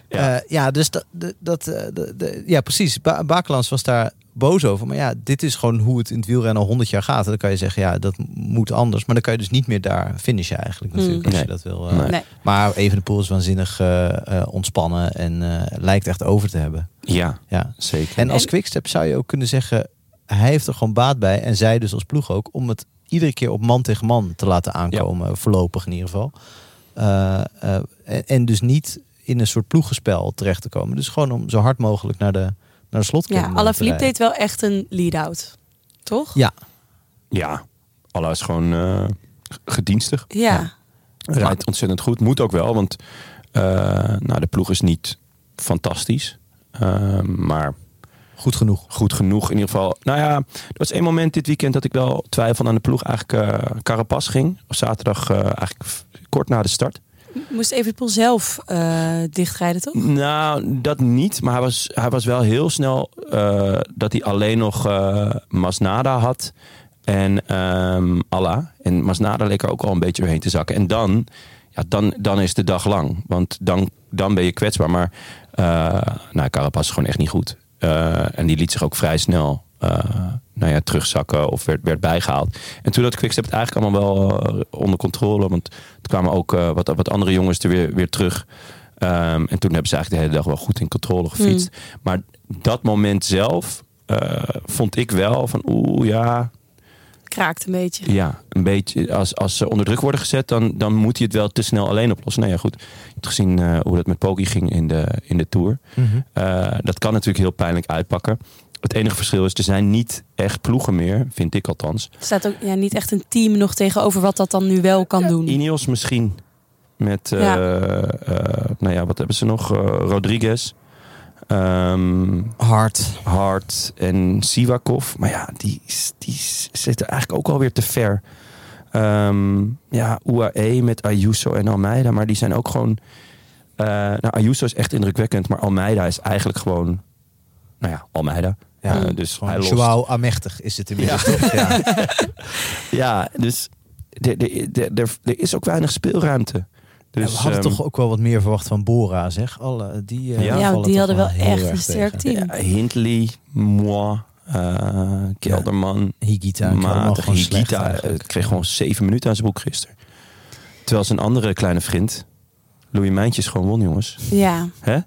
Ja.
Ja, ja dus dat, dat- dat, eh, de- de- ja, precies. Ba Bakelans was daar boos over. Maar ja, dit is gewoon hoe het in het wielrennen al 100 jaar gaat. En dan kan je zeggen, ja, dat moet anders. Maar dan kan je dus niet meer daar finishen eigenlijk natuurlijk.
Mm.
Als je
Nee.
dat wil. eh.
Nee.
Nee.
Maar Evenepoel is waanzinnig eh, eh, ontspannen en eh, lijkt echt over te hebben.
Ja,
Ja.
zeker.
En als quickstep zou je ook kunnen zeggen, hij heeft er gewoon baat bij. En zij dus als ploeg ook, om het iedere keer op man tegen man te laten aankomen. Voorlopig in ieder geval. Eh, eh, en, en dus niet in een soort ploegenspel terecht te komen. Dus gewoon om zo hard mogelijk naar de, naar de slot
Ja, Alaphilippe deed wel echt een lead-out. Toch?
Ja,
Ja, Allah is gewoon eh, gedienstig.
Ja.
Rijdt ontzettend goed. Moet ook wel, want eh, nou, de ploeg is niet fantastisch. Eh, maar
goed genoeg.
goed genoeg in ieder geval. Nou ja, er was één moment dit weekend dat ik wel twijfelde aan de ploeg. Eigenlijk eh Carapas ging. Op zaterdag eh, eigenlijk f- kort na de start.
Moest Evenepoel zelf eh, dichtrijden, toch?
Nou, dat niet. Maar hij was, hij was wel heel snel eh, dat hij alleen nog eh, Masnada had en ehm Allah. En Masnada leek er ook al een beetje doorheen te zakken. En dan, ja, dan, dan is de dag lang. Want dan, dan ben je kwetsbaar. Maar eh nou, Carapaz is gewoon echt niet goed. Eh, en die liet zich ook vrij snel eh, nou ja, terugzakken of werd, werd bijgehaald. En toen dat Quickstep het eigenlijk allemaal wel eh, onder controle. Want er kwamen ook eh, wat, wat andere jongens er weer, weer terug. Ehm, en toen hebben ze eigenlijk de hele dag wel goed in controle gefietst. Maar dat moment zelf eh, vond ik wel van oeh ja,
Kraakt een beetje.
ja, een beetje. Als, als ze onder druk worden gezet, dan, dan moet hij het wel te snel alleen oplossen. Nou ja, goed. Je hebt gezien eh, hoe dat met Poki ging in de, in de Tour. Eh, dat kan natuurlijk heel pijnlijk uitpakken. Het enige verschil is, er zijn niet echt ploegen meer, vind ik althans.
Er staat ook ja, niet echt een team nog tegenover wat dat dan nu wel kan doen.
Ineos misschien. Met, eh,
Hmm. Ja.
eh, nou ja, wat hebben ze nog? Eh, Rodriguez. Ehm,
Hard.
Hart en Sivakov. Maar ja, die, is- die is- zitten eigenlijk ook alweer te ver. Ehm, ja, UAE met Ayuso en Almeida. Maar die zijn ook gewoon... eh, nou, Ayuso is echt indrukwekkend. Maar Almeida is eigenlijk gewoon... Nou ja, Almeida.
Ja,
Eh, dus hij
Gewoon
lost.
Joao Amechtig is het inmiddels toch? Ja.
Ja, dus er- er- er- er- er is ook weinig speelruimte. Dus,
Ja, we hadden
ehm,
toch ook wel wat meer verwacht van Bora, zeg. Alle, die,
Ja.
eh,
Ja,
Ja,
want
vallen
die
toch
hadden wel
heel
echt
erg
een sterk
tegen.
team.
ja, Hindley, Moi, eh, Kelderman.
Higita, ik vond hem ook
matig.
gewoon slecht
Higuita,
eigenlijk.
eh, kreeg gewoon zeven minuten aan zijn boek gisteren. Terwijl zijn andere kleine vriend, Louis Mijntjes, gewoon won, jongens.
Ja.
Hè?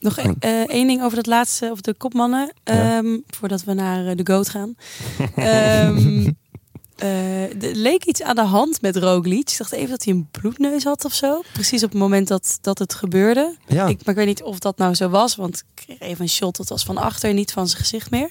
Nog
Hm.
eh, één ding over dat laatste, over de kopmannen.
Ja.
ehm, Voordat we naar eh, de goat gaan. Ehm eh, er leek iets aan de hand met Roglic. Ik dacht even dat hij een bloedneus had of zo. Precies op het moment dat, dat het gebeurde.
Ja,
Ik, maar ik weet niet of dat nou zo was, want ik kreeg even een shot. Dat was van achter, niet van zijn gezicht meer.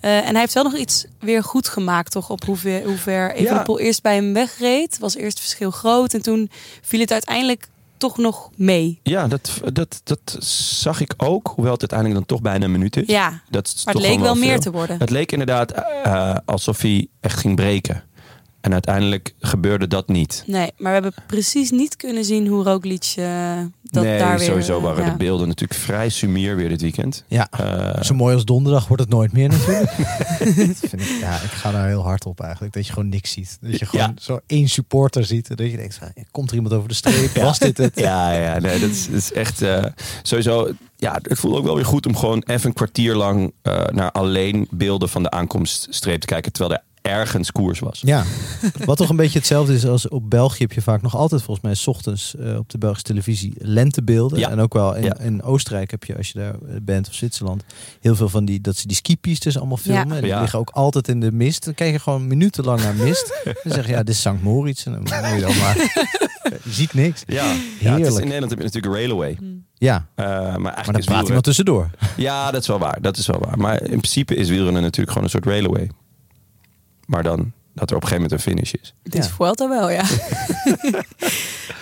Eh, en hij heeft wel nog iets weer goed gemaakt, toch? Op hoe ver, hoe ver Evenepoel eerst bij hem wegreed. Was eerst het verschil groot. En toen viel het uiteindelijk toch nog mee.
ja dat, dat, dat zag ik ook. Hoewel het uiteindelijk dan toch bijna een minuut is.
Ja,
dat is
maar
toch
het leek wel
gewoon
meer
veel.
te worden.
Het leek inderdaad eh, alsof hij echt ging breken. En uiteindelijk gebeurde dat niet.
Nee, maar we hebben precies niet kunnen zien hoe Roglic eh, dat
nee,
daar weer...
sowieso
eh,
waren
ja.
de beelden natuurlijk vrij sumier weer dit weekend.
Ja.
Eh,
Zo mooi als donderdag wordt het nooit meer natuurlijk. Dat vind ik, ja, ik ga daar heel hard op eigenlijk. Dat je gewoon niks ziet. Dat je gewoon
Ja.
zo één supporter ziet. en Dat je denkt, van, komt er iemand over de streep? Was dit het?
Ja, ja, nee, dat is, dat is echt eh, sowieso. Ja, het voelt ook wel weer goed om gewoon even een kwartier lang eh, naar alleen beelden van de aankomststreep te kijken, terwijl er ergens koers was.
Ja, wat toch een beetje hetzelfde is als op België heb je vaak nog altijd volgens mij 's ochtends eh, op de Belgische televisie lentebeelden.
Ja.
En ook wel in,
Ja.
in Oostenrijk heb je als je daar eh, bent of Zwitserland heel veel van die dat ze die skipistes allemaal filmen. En die
Ja.
liggen ook altijd in de mist. Dan kijk je gewoon minutenlang naar mist. dan zeg je ja, dit is Sankt Moritz. En dan moet je dan maar. je ziet niks.
Ja, ja het is,
Heerlijk.
in Nederland heb je natuurlijk Railway.
Ja,
eh, maar eigenlijk
maar dan
is
praat
wielrennen-
iemand tussendoor.
Ja, dat is wel waar. Dat is wel waar. Maar in principe is wielrennen natuurlijk gewoon een soort Railway. Maar dan dat er op een gegeven moment een finish is.
Dit is
Ja.
Vuelta wel, ja.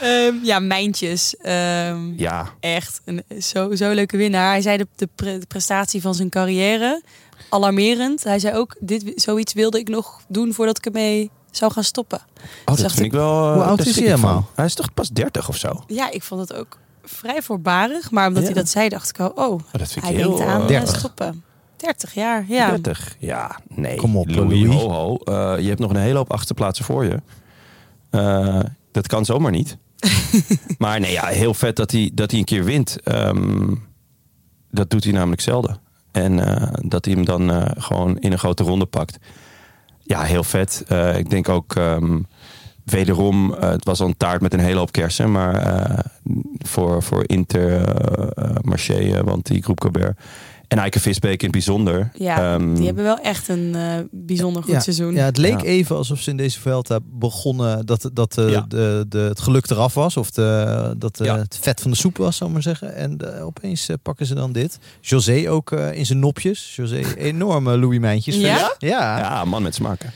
Ehm, ja, Mijntjes. ehm,
Oh,
Ja,
Echt een zo, zo leuke winnaar. Hij zei de, de, pre- de prestatie van zijn carrière alarmerend. Hij zei ook, dit, wi- zoiets wilde ik nog doen voordat ik ermee zou gaan stoppen.
oh, dat
Zag
vind ik wel. eh,
Hoe oud
daar
is
schrik
hij
ik van.
helemaal?
Hij is toch pas 30 of zo?
Ja, ik vond het ook vrij voorbarig. Maar omdat
Ja.
hij dat zei, dacht ik al, oh,
Oh, dat vind ik
hij
heel...
denkt aan eh,
30.
stoppen. 30 jaar, ja.
30. Ja, nee.
Kom op,
Louis.
Louis.
Ho, ho. Eh, je hebt nog een hele hoop achterplaatsen voor je. Eh, dat kan zomaar niet. maar nee, ja, heel vet dat hij, dat hij een keer wint. Ehm, dat doet hij namelijk zelden. En eh, dat hij hem dan eh, gewoon in een grote ronde pakt. Ja, heel vet. Eh, ik denk ook ehm, wederom, eh, het was al een taart met een hele hoop kersen. Maar eh, voor, voor Inter, eh eh, Marseille, eh, want die groep Colbert. En Eike Visbeek in het bijzonder.
Ja,
Ehm,
die hebben wel echt een eh, bijzonder goed
ja,
seizoen.
Ja, het leek
Ja.
even alsof ze in deze Vuelta begonnen dat, dat eh,
Ja.
de, de, het geluk eraf was. Of de, dat eh,
Ja.
het vet van de soep was, zal ik maar zeggen. En eh, opeens eh, pakken ze dan dit. José ook eh, in zijn nopjes. José, enorme Louis Mijntjes.
Ja?
verder. Ja. ja.
Ja, man met smaken.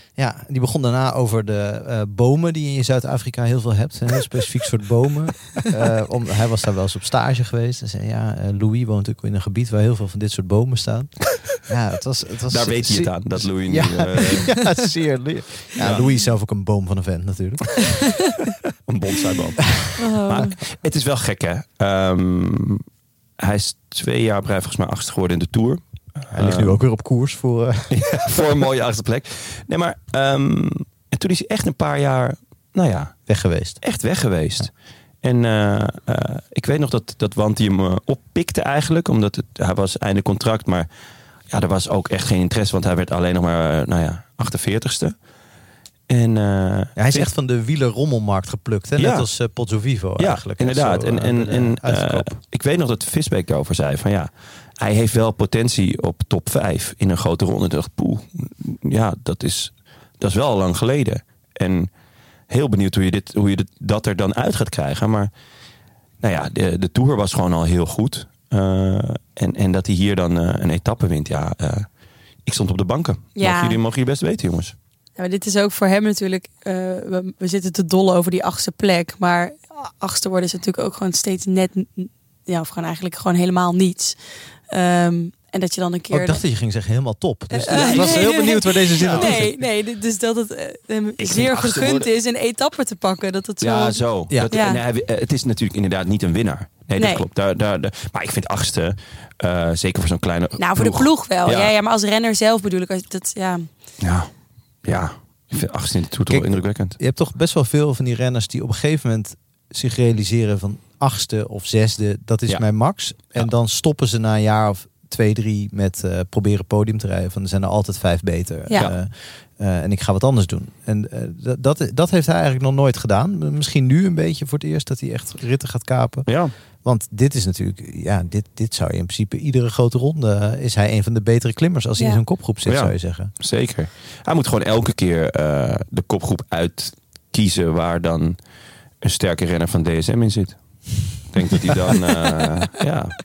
die begon daarna over de eh, bomen die je in Zuid-Afrika heel veel hebt. Een heel specifiek soort bomen. Eh, om, hij was daar wel eens op stage geweest. En zei, ja, eh, Louis woont natuurlijk in een gebied waar heel veel van dit soort bomen staan. Ja, het was, het was
Daar weet hij het
ze-
aan, dat Louis
Ja.
nu, eh,
ja, zeer leer. Ja,
Ja.
Louis is zelf ook een boom van een vent natuurlijk.
een bonsaiboom.
Oh.
Maar het is wel gek, hè? Ehm, hij is twee jaar op rij volgens mij achtste geworden in de Tour.
Hij ligt
Ehm.
nu ook weer op koers voor... eh,
voor een mooie achtste plek. Nee, maar ehm, en toen is hij echt een paar jaar, nou ja,
weg geweest.
echt weg geweest. En eh, eh, ik weet nog dat, dat Wanti hem eh, oppikte eigenlijk. Omdat het, hij was einde contract. Maar ja, er was ook echt geen interesse. Want hij werd alleen nog maar, eh, nou ja, 48ste. En, eh,
Ja, hij is echt van de wielerrommelmarkt geplukt. Hè? Net
Ja.
als eh, Pozzo Vivo eigenlijk.
Ja, inderdaad.
Zo,
en
eh,
en,
bij de
en eh,
uitverkoop.
ik weet nog dat Visbeek daarover zei van ja, hij heeft wel potentie op top 5 in een grote ronde. Ik dacht, poeh, ja, dat is, dat is wel lang geleden. En heel benieuwd hoe je, dit, hoe je dit, dat er dan uit gaat krijgen. Maar nou ja, de, de Tour was gewoon al heel goed. Eh, en, en dat hij hier dan eh, een etappe wint, ja... eh, ik stond op de banken.
Ja.
Mogen, jullie, mogen jullie best weten, jongens.
Ja, maar dit is ook voor hem natuurlijk. eh, we, we zitten te dollen over die achtste plek. Maar achtste worden is natuurlijk ook gewoon steeds net. n- Ja, of gewoon eigenlijk gewoon helemaal niets. Ehm, en dat je dan een keer.
Oh, ik dacht dat je ging zeggen helemaal top. Dus
Eh,
ik was
nee,
heel
nee,
benieuwd waar deze zin naartoe ging.
Nee, nee, d- dus dat het eh, hem
vind
zeer
achtste
gegund
worden-
is een etappe te pakken. Dat het zo.
Ja, zo.
Ja.
Dat,
Ja.
en hij- eh, het is natuurlijk inderdaad niet een winnaar. Nee, dat
Nee.
klopt. Daar, daar, daar- maar ik vind achtste, eh, zeker voor zo'n kleine
nou, voor de ploeg wel.
Ja.
Ja. Ja, maar als renner zelf bedoel ik. Als, dat, ja.
Ja, ja. ik vind achtste in de Tour toch wel
Kijk,
indrukwekkend.
Je hebt toch best wel veel van die renners die op een gegeven moment zich realiseren van achtste of zesde, dat is
Ja.
mijn max. En
Ja.
dan stoppen ze na een jaar of twee, drie met eh, proberen podium te rijden. Van er zijn er altijd vijf beter.
Ja.
Eh, eh, en ik ga wat anders doen. En eh, dat- dat, dat heeft hij eigenlijk nog nooit gedaan. Misschien nu een beetje voor het eerst dat hij echt ritten gaat kapen.
Ja,
Want dit is natuurlijk, ja, dit, dit zou je in principe iedere grote ronde eh, is hij een van de betere klimmers als hij
Ja.
in zo'n kopgroep zit,
Ja.
zou je zeggen.
zeker. Hij moet gewoon elke keer eh, de kopgroep uitkiezen waar dan een sterke renner van DSM in zit. Ik denk dat hij dan, eh, ja,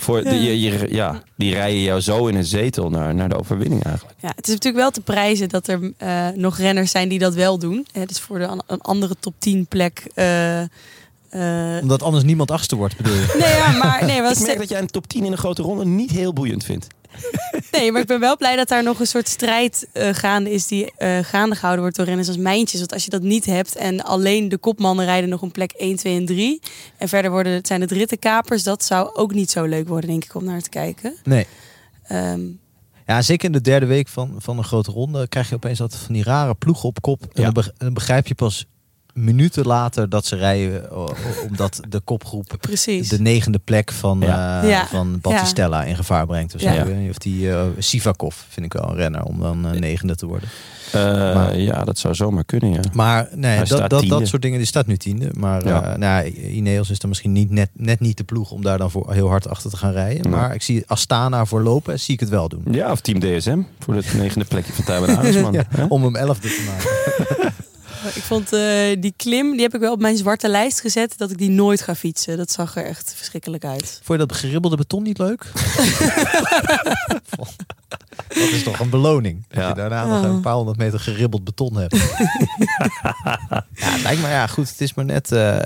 voor de, je, je- ja, die rijden jou zo in een zetel naar, naar de overwinning eigenlijk.
Ja, het is natuurlijk wel te prijzen dat er eh, nog renners zijn die dat wel doen. Hè, dus voor de, an- een andere top 10 plek. eh, eh,
Omdat anders niemand achtste wordt, bedoel je?
Nee, ja, maar, nee,
Ik
was,
merk dat jij een top 10 in een grote ronde niet heel boeiend vindt.
nee, maar ik ben wel blij dat daar nog een soort strijd eh, gaande is die eh, gaande gehouden wordt door renners als mijntjes. Want als je dat niet hebt en alleen de kopmannen rijden nog een plek 1, 2 en 3. En verder worden, het- zijn het rittenkapers. Dat zou ook niet zo leuk worden, denk ik, om naar te kijken.
Nee.
Ehm,
Ja, zeker in de derde week van, van een grote ronde krijg je opeens altijd van die rare ploegen op kop. En
Ja.
dan beg- dan begrijp je pas minuten later dat ze rijden, o- o- omdat de kopgroep
precies.
de negende plek van,
Ja.
eh,
Ja.
van Battistella in gevaar brengt. Dus Of, zo.
Ja.
Ik weet niet of die eh, Sivakov vind ik wel een renner om dan eh, negende te worden.
Eh,
Maar-
ja, dat zou zomaar kunnen, ja.
Maar nee,
Hij
dat,
staat
dat,
tiende.
dat soort dingen, die staat nu tiende. Maar
Ja.
eh, nou, ja, Ineos is dan misschien niet, net, net niet de ploeg om daar dan voor heel hard achter te gaan rijden.
Nee.
Maar ik zie Astana voor lopen, zie ik het wel doen.
Ja, of Team DSM. Voor het negende plekje van Tijmen Aresman.
Ja,
Hè?
om hem elfde te maken.
Ik vond eh, die klim, die heb ik wel op mijn zwarte lijst gezet. Dat ik die nooit ga fietsen. Dat zag er echt verschrikkelijk uit.
Vond je dat geribbelde beton niet leuk? dat is toch een beloning. Dat
Ja.
je daarna nog een paar honderd meter geribbeld beton hebt. ja, het lijkt me, ja goed, het is maar net... eh,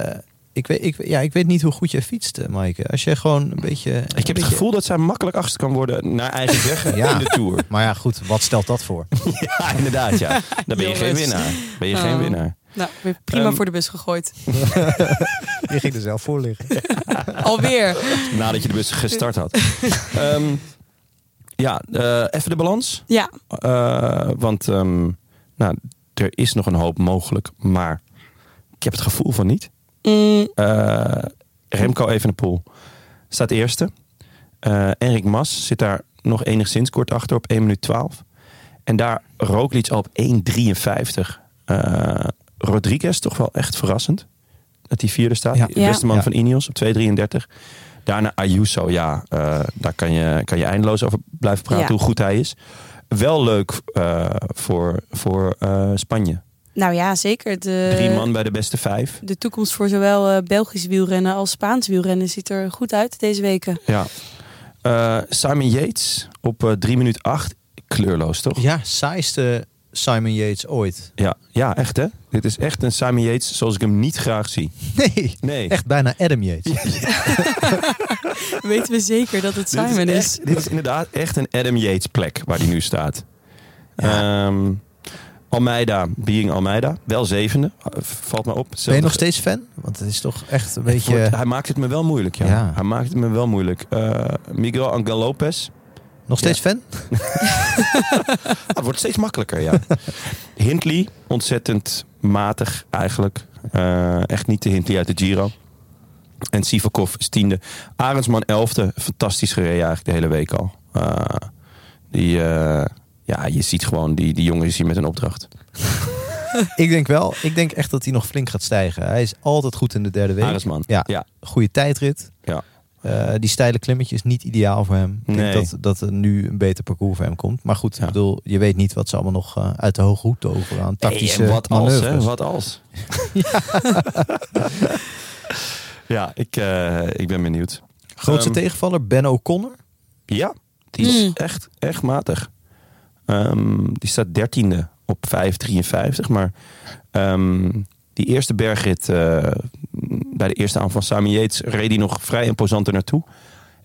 ik, weet, ik, ja, ik weet niet hoe goed jij fietst, eh, Maaike. Als jij gewoon een beetje... een
Ik heb het
beetje-
gevoel dat zij makkelijk achter kan worden naar eigen zeggen
Ja.
in de Tour.
Maar ja, goed, wat stelt dat voor?
Ja, inderdaad, ja. Dan ben je geen
Jongens.
winnaar. Ben je geen
Oh.
winnaar.
Nou, weer prima
Ehm,
voor de bus gegooid.
Je ging er zelf voor liggen.
Alweer.
Nadat je de bus gestart had. Ehm, ja, eh, even de balans.
Ja,
Eh, want ehm, nou, er is nog een hoop mogelijk, maar ik heb het gevoel van niet.
Mm,
Eh, Remco Evenepoel staat eerste. Eh Enrik Mas zit daar nog enigszins kort achter op 1 minuut 12. En daar Roglic al op 1.53. Eh Rodriguez toch wel echt verrassend. Dat hij vierde staat.
Ja.
De beste man
Ja.
van Ineos op 2.33. Daarna Ayuso, ja. eh, daar kan je, kan je eindeloos over blijven praten
Ja.
hoe goed hij is. Wel leuk eh, voor, voor eh, Spanje.
nou ja, zeker. De,
Eh,
Drie man bij de beste vijf.
De toekomst voor zowel eh, Belgisch wielrennen als Spaans wielrennen ziet er goed uit deze weken.
Ja. Eh, Simon Yates op eh, 3 minuut 8. Kleurloos, toch?
Ja, saaiste Simon Yates ooit.
Ja. ja, echt hè? Dit is echt een Simon Yates zoals ik hem niet graag zie.
Nee,
Nee.
echt bijna Adam Yates.
Weten we zeker dat het
dit
Simon
is,
is.
echt- dit is inderdaad echt een Adam Yates plek waar hij nu staat. Ehm, Almeida, being Almeida. Wel zevende. Eh, Valt me op.
Ben je nog
Zelfde-
steeds fan? Want het is toch echt een
Het wordt-
beetje...
hij maakt het me wel moeilijk, ja.
Ja.
Hij maakt het me wel moeilijk. Eh, Miguel Angel Lopez.
Nog steeds fan?
Ah, het wordt steeds makkelijker, ja. Hindley, ontzettend matig eigenlijk. Eh, echt niet de Hindley uit de Giro. En Sivakov is tiende. Arendsman elfde. Fantastisch gereden eigenlijk de hele week al. Eh, die, eh, ja, je ziet gewoon, die, die jongen is hier met een opdracht.
Ik denk wel. Ik denk echt dat hij nog flink gaat stijgen. Hij is altijd goed in de derde week.
Arendsman.
Ja.
ja.
Goede tijdrit.
Ja.
Eh, die steile klimmetje is niet ideaal voor hem. Ik
Nee.
denk dat, dat er nu een beter parcours voor hem komt. Maar goed,
Ja.
ik bedoel, je weet niet wat ze allemaal nog eh, uit de hoge hoed toveren aan tactische
Hey, en wat als, hè?
manoeuvres.
Wat als? ja, ik, eh, ik ben benieuwd.
Grootste
Ehm,
tegenvaller, Ben O'Connor.
Ja, die is
Mm.
echt, echt matig. Ehm, die staat dertiende op 5,53. Maar ehm, die eerste bergrit, eh, bij de eerste aanval van Sami Yates, reed hij nog vrij imposant er naartoe.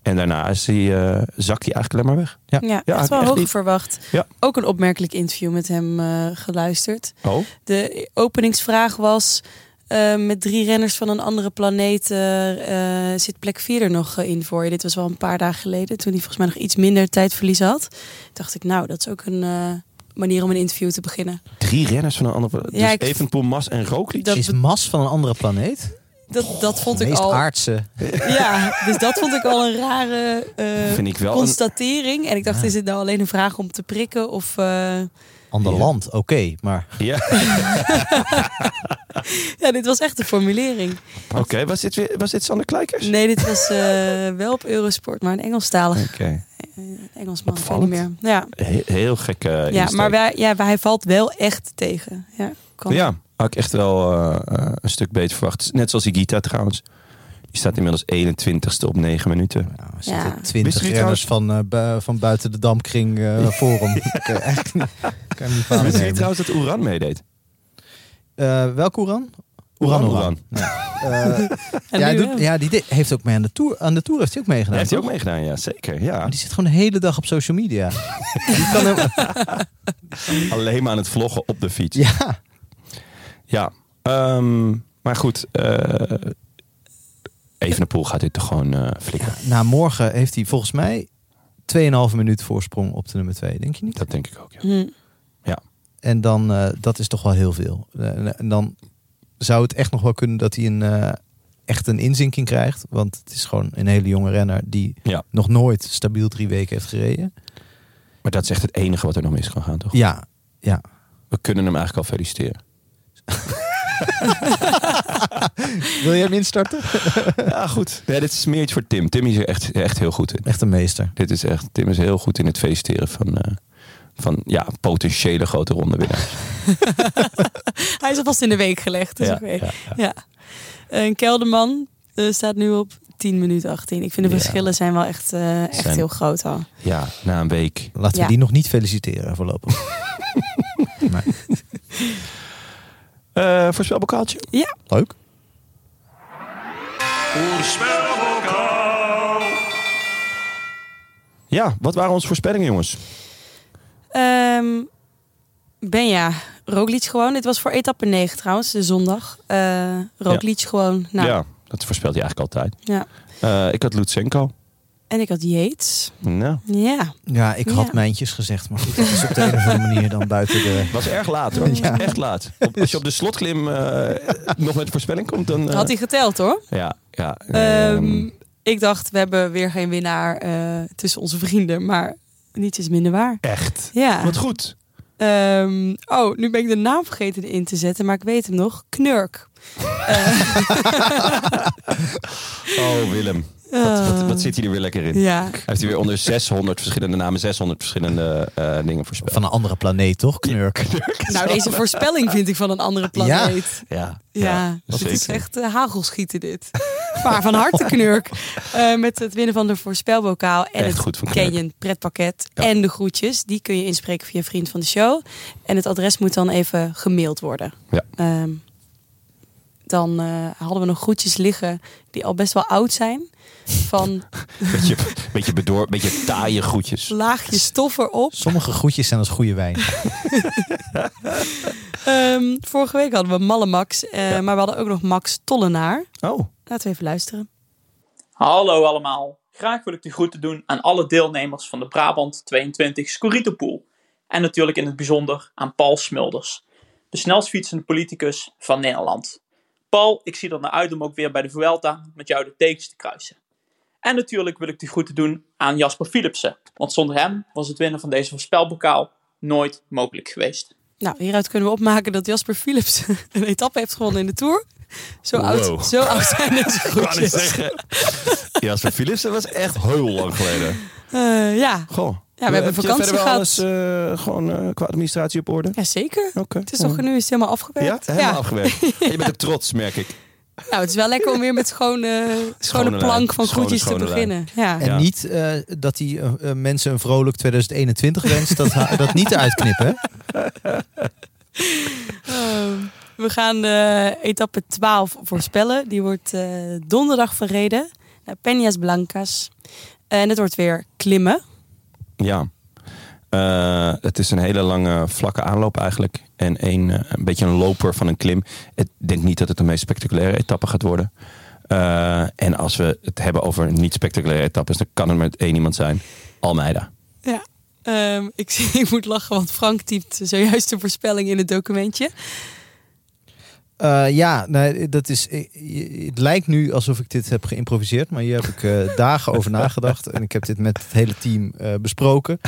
En daarna is hij, eh, zakt hij eigenlijk alleen maar weg.
Ja.
Ja,
Ja,
echt wel
echt
hoog
niet.
verwacht.
Ja.
Ook een opmerkelijk interview met hem eh, geluisterd.
Oh,
De openingsvraag was... eh, met drie renners van een andere planeet eh, eh, zit plek vier er nog eh, in voor je. Dit was wel een paar dagen geleden, toen hij volgens mij nog iets minder tijdverlies had. Dacht ik, nou, dat is ook een eh, manier om een interview te beginnen.
drie renners van een andere...
Ja,
dus
ik-
Evenpoel, Mas en Roglic.
Dat
is
bet-
Mas van een andere planeet.
Dat, dat vond
De
ik
meest
al...
aardse.
Ja, dus dat vond ik al een rare eh,
Vind ik wel een-
constatering. En ik dacht, is dit nou alleen een vraag om te prikken? Of eh,
Ander
Ja.
land, oké. maar
Ja,
ja, dit was echt een formulering.
oké. Was, dit weer- was dit Sander Kleikers?
Nee, dit was eh, wel op Eurosport, maar een Engelstalig
Oké.
Engelsman. Ik weet niet
Opvallend.
meer. Ja,
Heel, heel gek. eh,
ja
insteek.
maar wij, ja, hij valt wel echt tegen. Ja, kan.
Ja, had ik echt wel eh, eh, een stuk beter verwacht. Net zoals Igita trouwens. Die staat inmiddels 21ste op 9 minuten.
nou, er
Ja.
zitten
Wisten
twintig
jullie
renners van, eh, bu- van buiten de dampkring eh forum. Ik kan echt niet, ik kan niet kwalijk
Wist je
nemen.
trouwens dat Oeran meedeed?
Eh, welk Oeran?
Oeran
Oeran.
Oeran.
Ja. Eh, ja,
En
hij
nu,
doet-
hè?
ja, die di- heeft ook mee aan de tour. Aan de tour heeft hij ook meegedaan.
Heeft hij ook
toch?
meegedaan? Ja, zeker. Ja.
Maar Die zit gewoon de hele dag op social media. die kan hem,
Alleen maar aan het vloggen op de fiets. Ja.
ja,
Ehm, maar goed. eh Evenepoel gaat dit toch gewoon eh flikken.
na morgen heeft hij volgens mij 2,5 minuut voorsprong op de nummer 2, denk je niet?
Dat denk ik ook. Ja.
Hm.
En dan, eh, dat is toch wel heel veel. Eh, en dan zou het echt nog wel kunnen dat hij een, eh, echt een inzinking krijgt. Want het is gewoon een hele jonge renner die
Ja.
nog nooit stabiel drie weken heeft gereden.
Maar dat is echt het enige wat er nog mis kan gaan, toch?
Ja, ja.
We kunnen hem eigenlijk al feliciteren.
Wil jij hem instarten?
Ja, goed. Nee, dit is meer iets voor Tim. Tim is er echt, echt heel goed in.
Echt een meester.
Dit is echt, Tim is heel goed in het feliciteren van, eh, van ja, potentiële grote ronde winnaars.
Hij is alvast in de week gelegd. Dus
Ja,
oké.
ja,
Ja. Een kelderman eh, staat nu op 10 minuten 18. Ik vind de
Ja.
verschillen zijn wel echt, eh, echt
Zijn-
heel groot al.
Ja, na een week.
Laten
Ja.
we die nog niet feliciteren voorlopig. maar,
Eh voorspelbokaaltje.
Ja,
leuk.
Ja, wat waren onze voorspellingen, jongens?
ehm Benja, Roglic gewoon. Dit was voor etappe 9 trouwens, de zondag. Eh Roglic gewoon. Nou, ja.
Ja, dat voorspelt hij eigenlijk altijd. Eh, ik had Lutsenko.
En ik had Yates.
Nou,
Ja.
Ja, ik had
Ja.
mijntjes gezegd, maar goed, dat is op de een of andere manier dan buiten de...
was erg laat hoor.
Ja.
Echt laat. Op- als je op de slotklim eh, nog met een voorspelling komt, dan... eh,
Had hij geteld hoor.
Ja, ja.
Ehm, ik dacht, we hebben weer geen winnaar eh, tussen onze vrienden. Maar niets is minder waar.
echt.
Ja.
Wat goed.
Ehm, oh, nu ben ik de naam vergeten in te zetten, maar ik weet hem nog. Knurk. Eh,
Oh, Willem. Wat, wat, wat zit hij er weer lekker in?
Eh, Oh. ja.
Hij heeft hier weer onder 600 verschillende namen, 600 verschillende eh, dingen voorspeld.
Van een andere planeet, toch? Knurk.
Nou, deze voorspelling vind ik van een andere planeet.
Ja,
Ja, dit
zeker.
is echt eh, hagelschieten dit. Maar van harte knurk. Eh, met het winnen van de voorspelbokaal en
Echt
het
goed van Knurk.
Canyon pretpakket
Ja.
en de groetjes. Die kun je inspreken via vriend van de show. En het adres moet dan even gemaild worden.
Ja.
Ehm, dan eh, hadden we nog groetjes liggen die al best wel oud zijn. Van
Beetje, beetje bedoor, beetje taaie groetjes.
laagje stof erop.
Sommige groetjes zijn als goede wijn.
Ehm, vorige week hadden we Malle Max. eh,
Ja.
Maar we hadden ook nog Max Tollenaar.
Oh,
Laten we even luisteren.
Hallo allemaal. Graag wil ik de groeten doen aan alle deelnemers van de Brabant 22 Scorito-pool. En natuurlijk in het bijzonder aan Paul Smulders, de snelst fietsende politicus van Nederland. Paul, ik zie er naar uit om ook weer bij de Vuelta met jou de tekens te kruisen. En natuurlijk wil ik de groeten doen aan Jasper Philipsen, want zonder hem was het winnen van deze voorspelbokaal nooit mogelijk geweest.
Nou, hieruit kunnen we opmaken dat Jasper Philips een etappe heeft gewonnen in de Tour. Zo,
Wow.
oud, zo oud zijn dus. deze
kan ik
groepjes.
zeggen. Jasper Philips, dat was echt heel lang geleden.
Eh, ja.
Goh.
Ja, we hebben
Heb je
vakantie
verder wel alles
gehad.
eh, gewoon eh, qua administratie op orde?
ja, zeker.
Oké.
Het is toch nu is het helemaal afgewerkt.
Ja, helemaal afgewerkt. Je bent er trots, merk ik.
Nou, het is wel lekker om weer met schone, schone,
Schone
plank
lijn.
van groetjes
Schone,
te
schone
beginnen. Ja.
En
Ja.
niet eh, dat hij eh, eh, mensen een vrolijk 2021 wenst. Dat, ha- dat niet uitknippen. hè?
Ehm, we gaan eh, etappe 12 voorspellen. Die wordt eh, donderdag verreden naar Peñas Blancas. En het wordt weer klimmen.
Ja. Eh, het is een hele lange vlakke aanloop eigenlijk. En een, eh, een beetje een loper van een klim. Ik denk niet dat het de meest spectaculaire etappe gaat worden. Eh, en als we het hebben over niet spectaculaire etappes, dan kan er met één iemand zijn. Almeida.
Ja. Ehm, ik, zie- ik moet lachen, want Frank typt zojuist de voorspelling in het documentje.
Eh, ja, nee, dat is, eh, je- het lijkt nu alsof ik dit heb geïmproviseerd. Maar hier heb ik eh, dagen over nagedacht. En ik heb dit met het hele team eh, besproken.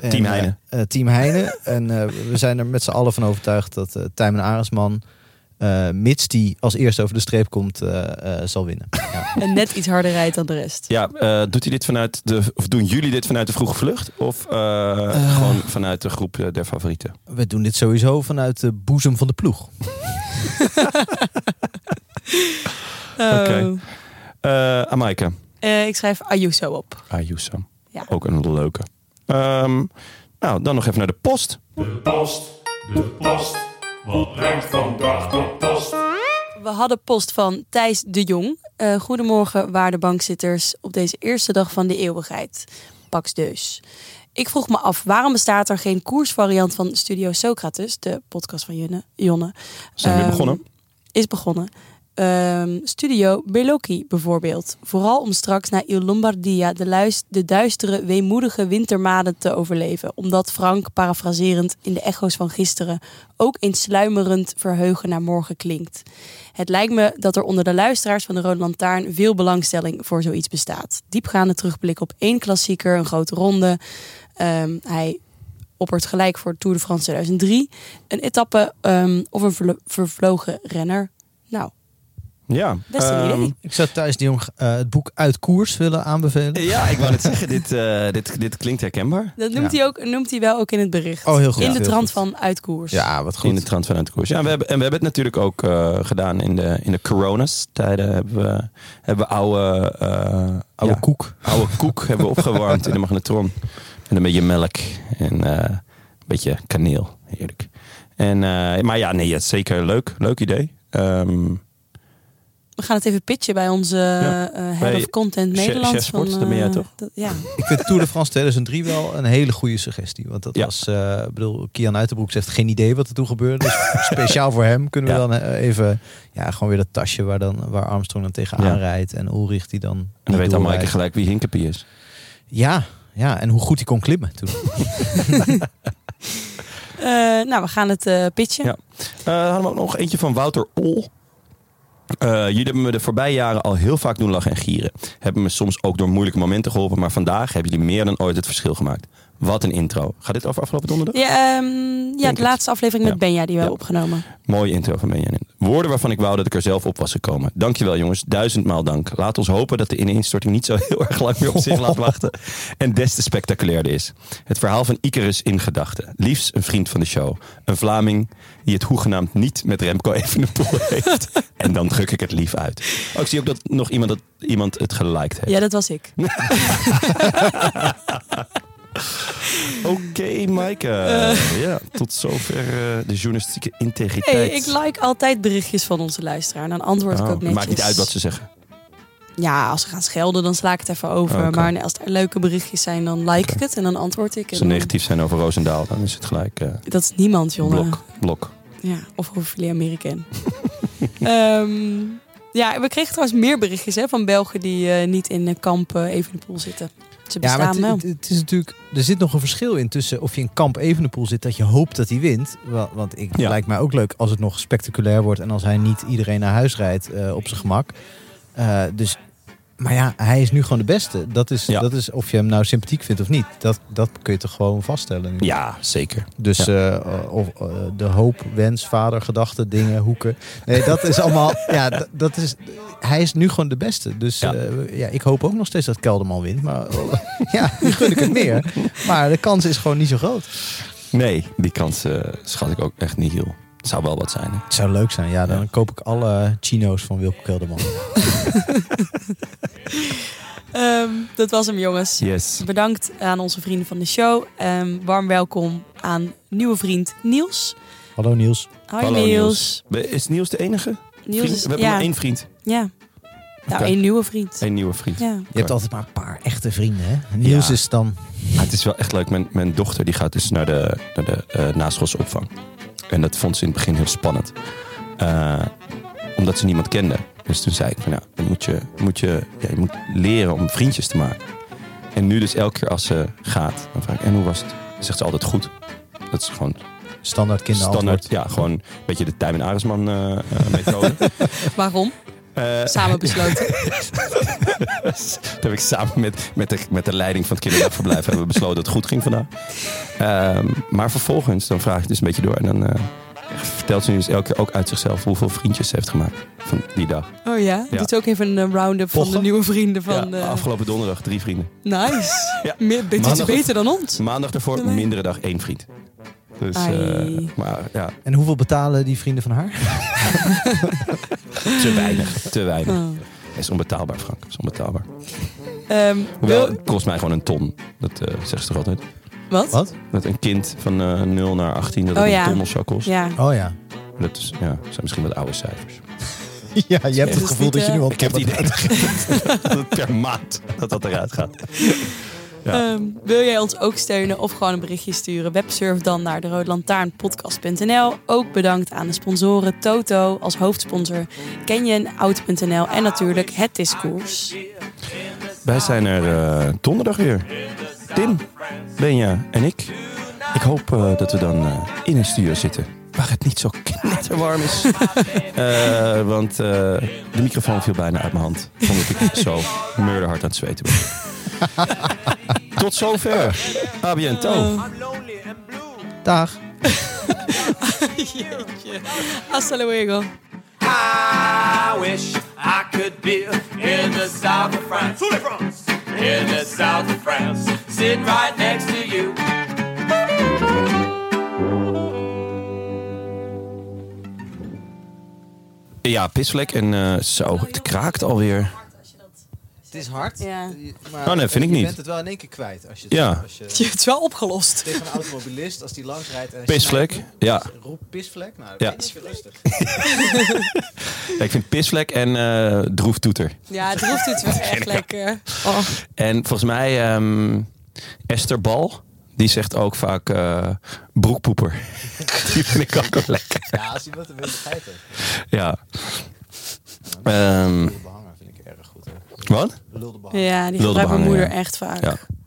En,
Team
eh,
Heine.
eh, team Heine. En eh, we zijn er met z'n allen van overtuigd dat eh Tijmen Aresman... eh, mits die als eerste over de streep komt, eh, eh, zal winnen. Ja.
En net iets harder rijdt dan de rest.
Ja, eh, doet hij dit vanuit de, of doen jullie dit vanuit de vroege vlucht? Of eh, gewoon vanuit de groep eh, der favorieten?
We doen dit sowieso vanuit de boezem van de ploeg.
Oh.
Oké. Eh Amaike.
Eh, ik schrijf Ayuso op.
Ayuso.
Ja.
Ook een leuke. Ehm, nou, dan nog even naar de post.
De post, de post, wat brengt vandaag de post?
We hadden post van Thijs de Jong. Eh, goedemorgen, waarde bankzitters, op deze eerste dag van de eeuwigheid. Pax deus. Ik vroeg me af, waarom bestaat er geen koersvariant van Studio Socrates, de podcast van Jonne? Jonne.
Zijn we
Ehm,
begonnen?
Is begonnen. Ehm, Studio Berlocchi bijvoorbeeld. Vooral om straks na Il Lombardia de, luis- de duistere, weemoedige wintermaden te overleven. Omdat Frank, parafraserend in de echo's van gisteren, ook in sluimerend verheugen naar morgen klinkt. Het lijkt me dat er onder de luisteraars van de Rode Lantaarn veel belangstelling voor zoiets bestaat. Diepgaande terugblik op één klassieker, een grote ronde. Ehm, hij oppert gelijk voor Tour de France 2003. Een etappe ehm, of een verlo- vervlogen renner. Nou,
Ja.
Best een
ehm,
idee.
Ik zou Thijs de Jong eh, het boek Uit Koers willen aanbevelen.
Ja, ik wou net zeggen, dit, eh, dit, dit klinkt herkenbaar.
dat noemt,
Ja.
hij ook, noemt hij wel ook in het bericht.
Oh, heel goed.
In
Ja,
de
heel
trant
goed.
van uitkoers.
Ja, wat
In de trant vanuit de koers. Ja, we hebben, en we hebben het natuurlijk ook eh, gedaan in de, in de coronas. Tijden hebben we, hebben we oude, eh,
Oude
ja,
koek.
oude koek hebben we opgewarmd in de magnetron. Met een beetje melk en eh, een beetje kaneel. Heerlijk. En, eh, maar ja, nee, ja, zeker leuk. Leuk idee. Ehm,
We gaan het even pitchen bij onze
Ja.
eh, Head
Bij
of Content
Chef-
Nederland.
Chef Sport, dat ben jij toch?
ja.
Ik vind Tour de France 2003 wel een hele goede suggestie. Want dat
Ja.
was, eh, ik bedoel, Kian Uiterbroek zegt geen idee wat er toen gebeurde. Dus speciaal voor hem kunnen we
Ja.
dan eh, even, ja, gewoon weer dat tasje waar, dan, waar Armstrong dan tegenaan
Ja.
rijdt. En Ulrich die dan...
En dan weet allemaal
doorrijdt.
gelijk wie Hinkepie is.
Ja, ja, en hoe goed hij kon klimmen toen.
Eh, nou, we gaan het eh, pitchen.
Ja. Eh, dan hadden we ook nog eentje van Wouter Ol. Eh, jullie hebben me de voorbije jaren al heel vaak doen lachen en gieren. Hebben me soms ook door moeilijke momenten geholpen. Maar vandaag hebben jullie meer dan ooit het verschil gemaakt. Wat een intro. Gaat dit over afgelopen donderdag?
Ja, ehm, ja
het.
de laatste aflevering met
Ja.
Benja die we
Ja.
hebben opgenomen.
Mooie intro van Benjamin. Woorden waarvan ik wou dat ik er zelf op was gekomen. Dankjewel jongens, duizendmaal dank. Laat ons hopen dat de ineenstorting niet zo heel erg lang meer op zich laat wachten. En des te spectaculairder is. Het verhaal van Icarus in gedachten. Liefst een vriend van de show. Een Vlaming die het hoegenaamd niet met Remco Evenepoel heeft. En dan druk ik het lief uit. Oh, ik zie ook dat nog iemand, dat, iemand het geliked heeft.
Ja, dat was ik.
Oké Maaike. Ja, tot zover eh, de journalistieke integriteit.
Hey, ik like altijd berichtjes van onze luisteraar. Dan antwoord ik
Oh,
ook netjes.
maakt niet uit wat ze zeggen.
Ja, als ze gaan schelden, dan sla ik het even over.
Oh, oké.
Maar als er leuke berichtjes zijn, dan like ik het en dan antwoord ik. eh, En
Als ze
dan-
negatief zijn over Roosendaal, dan is het gelijk... eh,
Dat is niemand, jongen.
Blok, blok.
Ja, of over jullie Amerikaan. Ehm ja, we kregen trouwens meer berichtjes hè, van Belgen die eh, niet in eh, kampen even in de pool zitten. Ze
Ja,
bestaan
maar het,
wel.
het- het is natuurlijk, er zit nog een verschil in tussen of je in kamp Evenepoel zit dat je hoopt dat hij wint. Wa- Want ik,
Ja.
lijkt mij ook leuk als het nog spectaculair wordt en als hij niet iedereen naar huis rijdt eh, op zijn gemak. Eh, dus, maar ja, hij is nu gewoon de beste. Dat is,
Ja.
dat is of je hem nou sympathiek vindt of niet. Dat, dat kun je toch gewoon vaststellen. Nu.
Ja, zeker.
Dus eh, of, eh, de hoop, wens, vader, gedachten, dingen, hoeken. Nee, dat is allemaal. ja, dat, dat is. Hij is nu gewoon de beste. Dus
Ja.
ja. ja, ik hoop ook nog steeds dat Kelderman wint. Maar eh, ja, nu gun ik het meer. Maar de kans is gewoon niet zo groot.
Nee, die kans eh, schat ik ook echt niet heel. Het zou wel wat zijn. Hè?
Het zou leuk zijn. Ja, dan
Ja.
koop ik alle chino's van Wilco Kelderman.
Ehm, dat was hem, jongens.
Yes.
Bedankt aan onze vrienden van de show. Ehm, warm welkom aan nieuwe vriend Niels.
Hallo Niels.
Hoi
Hallo,
Niels.
Is Niels de enige?
Niels
Vriend?
is-
We hebben
ja,
maar één vriend.
ja. Nou,
Oké.
één nieuwe vriend.
Eén nieuwe vriend.
Ja.
Je hebt altijd maar een paar echte vrienden. Hè? Niels
Ja.
is dan.
Maar het is wel echt leuk. Mijn, mijn dochter die gaat dus naar de, naar de eh, naschoolse opvang. En dat vond ze in het begin heel spannend. Eh, omdat ze niemand kende. Dus toen zei ik van nou, dan moet je, moet je, ja, je moet leren om vriendjes te maken. En nu dus elke keer als ze gaat, dan vraag ik en hoe was het? Dan zegt ze altijd goed. Dat is gewoon
Standaard kinderantwoord.
standaard. Ja, gewoon een beetje de Tijmen Aresman eh, eh, methode.
Waarom?
Eh,
Samen besloten.
dat heb ik samen met, met, de, met de leiding van het kinderdagverblijf hebben we besloten dat het goed ging vandaag. Ehm, maar vervolgens, dan vraag ik het dus een beetje door. En dan eh, vertelt ze nu dus elke keer ook uit zichzelf hoeveel vriendjes ze heeft gemaakt van die dag.
Oh ja?
Ja.
Doet ook even een eh, round-up van de
Pochen.
nieuwe vrienden van...
Ja,
eh,
Afgelopen donderdag drie vrienden.
Nice.
Ja.
Meer, dit is
Maandag-
beter dan ons.
Maandag daarvoor
Nee.
mindere dag één vriend. Dus,
Ai.
eh, maar ja,
En hoeveel betalen die vrienden van haar?
te weinig. Te weinig.
Oh.
Het is onbetaalbaar, Frank. Het is onbetaalbaar.
Ehm,
Hoewel,
wil-
het kost mij gewoon een ton. Dat eh zegt ze toch altijd?
wat?
Wat?
Dat een kind van eh 0 naar 18 dat
Oh
het
ja.
een ton of zo kost.
Ja.
Oh ja.
Dat is, ja, zijn misschien wat oude cijfers.
Ja, je hebt
Dus
het gevoel
niet,
dat je
eh,
nu al.
Ik heb het idee dat het per maand dat dat eruit gaat. Ja.
Ehm, wil jij ons ook steunen of gewoon een berichtje sturen? Websurf dan naar de roodlantaarnpodcast.nl. Ook bedankt aan de sponsoren Toto als hoofdsponsor, Canyon, Oud.nl en natuurlijk Het Discours.
Wij zijn er eh, donderdag weer. Tim, Benja en ik. Ik hoop eh, dat we dan eh, in een studio zitten. Waar het niet zo knetterwarm is. Eh, want eh, de microfoon viel bijna uit mijn hand. Omdat ik zo murderhard aan het zweten ben. Tot zover. A bientôt.
Dag.
Jeetje. Hasta luego.
I wish I could be in the south of France. In the south of France, sitting right next to you.
eh, Ja, pisvlek en eh, zo. Het kraakt alweer.
Het is hard.
Ja.
je- Maar
Oh, nee, vind ik
je
niet.
bent het wel in één keer kwijt. Als je,
Ja.
als
Je
je
hebt het wel opgelost.
tegen een automobilist, als die langsrijdt... en
Pisvlek, ja.
Roep pisvlek? Nou, dat
Ja.
vind ik lastig.
Ja, ik vind pisvlek en eh droeftoeter.
Ja, het roept het wel echt lekker. Oh,
En volgens mij ehm, Esther Bal, die zegt ook vaak eh, broekpoeper. die vind ik ook wel lekker.
Ja, als iemand een beetje geit heeft.
Ja. Ehm,
Lulde behanger vind ik erg goed. Hè.
wat?
Lulde behanger.
ja, die
Wilde
gebruikt mijn
behangen,
moeder
ja.
echt vaak.
Ja.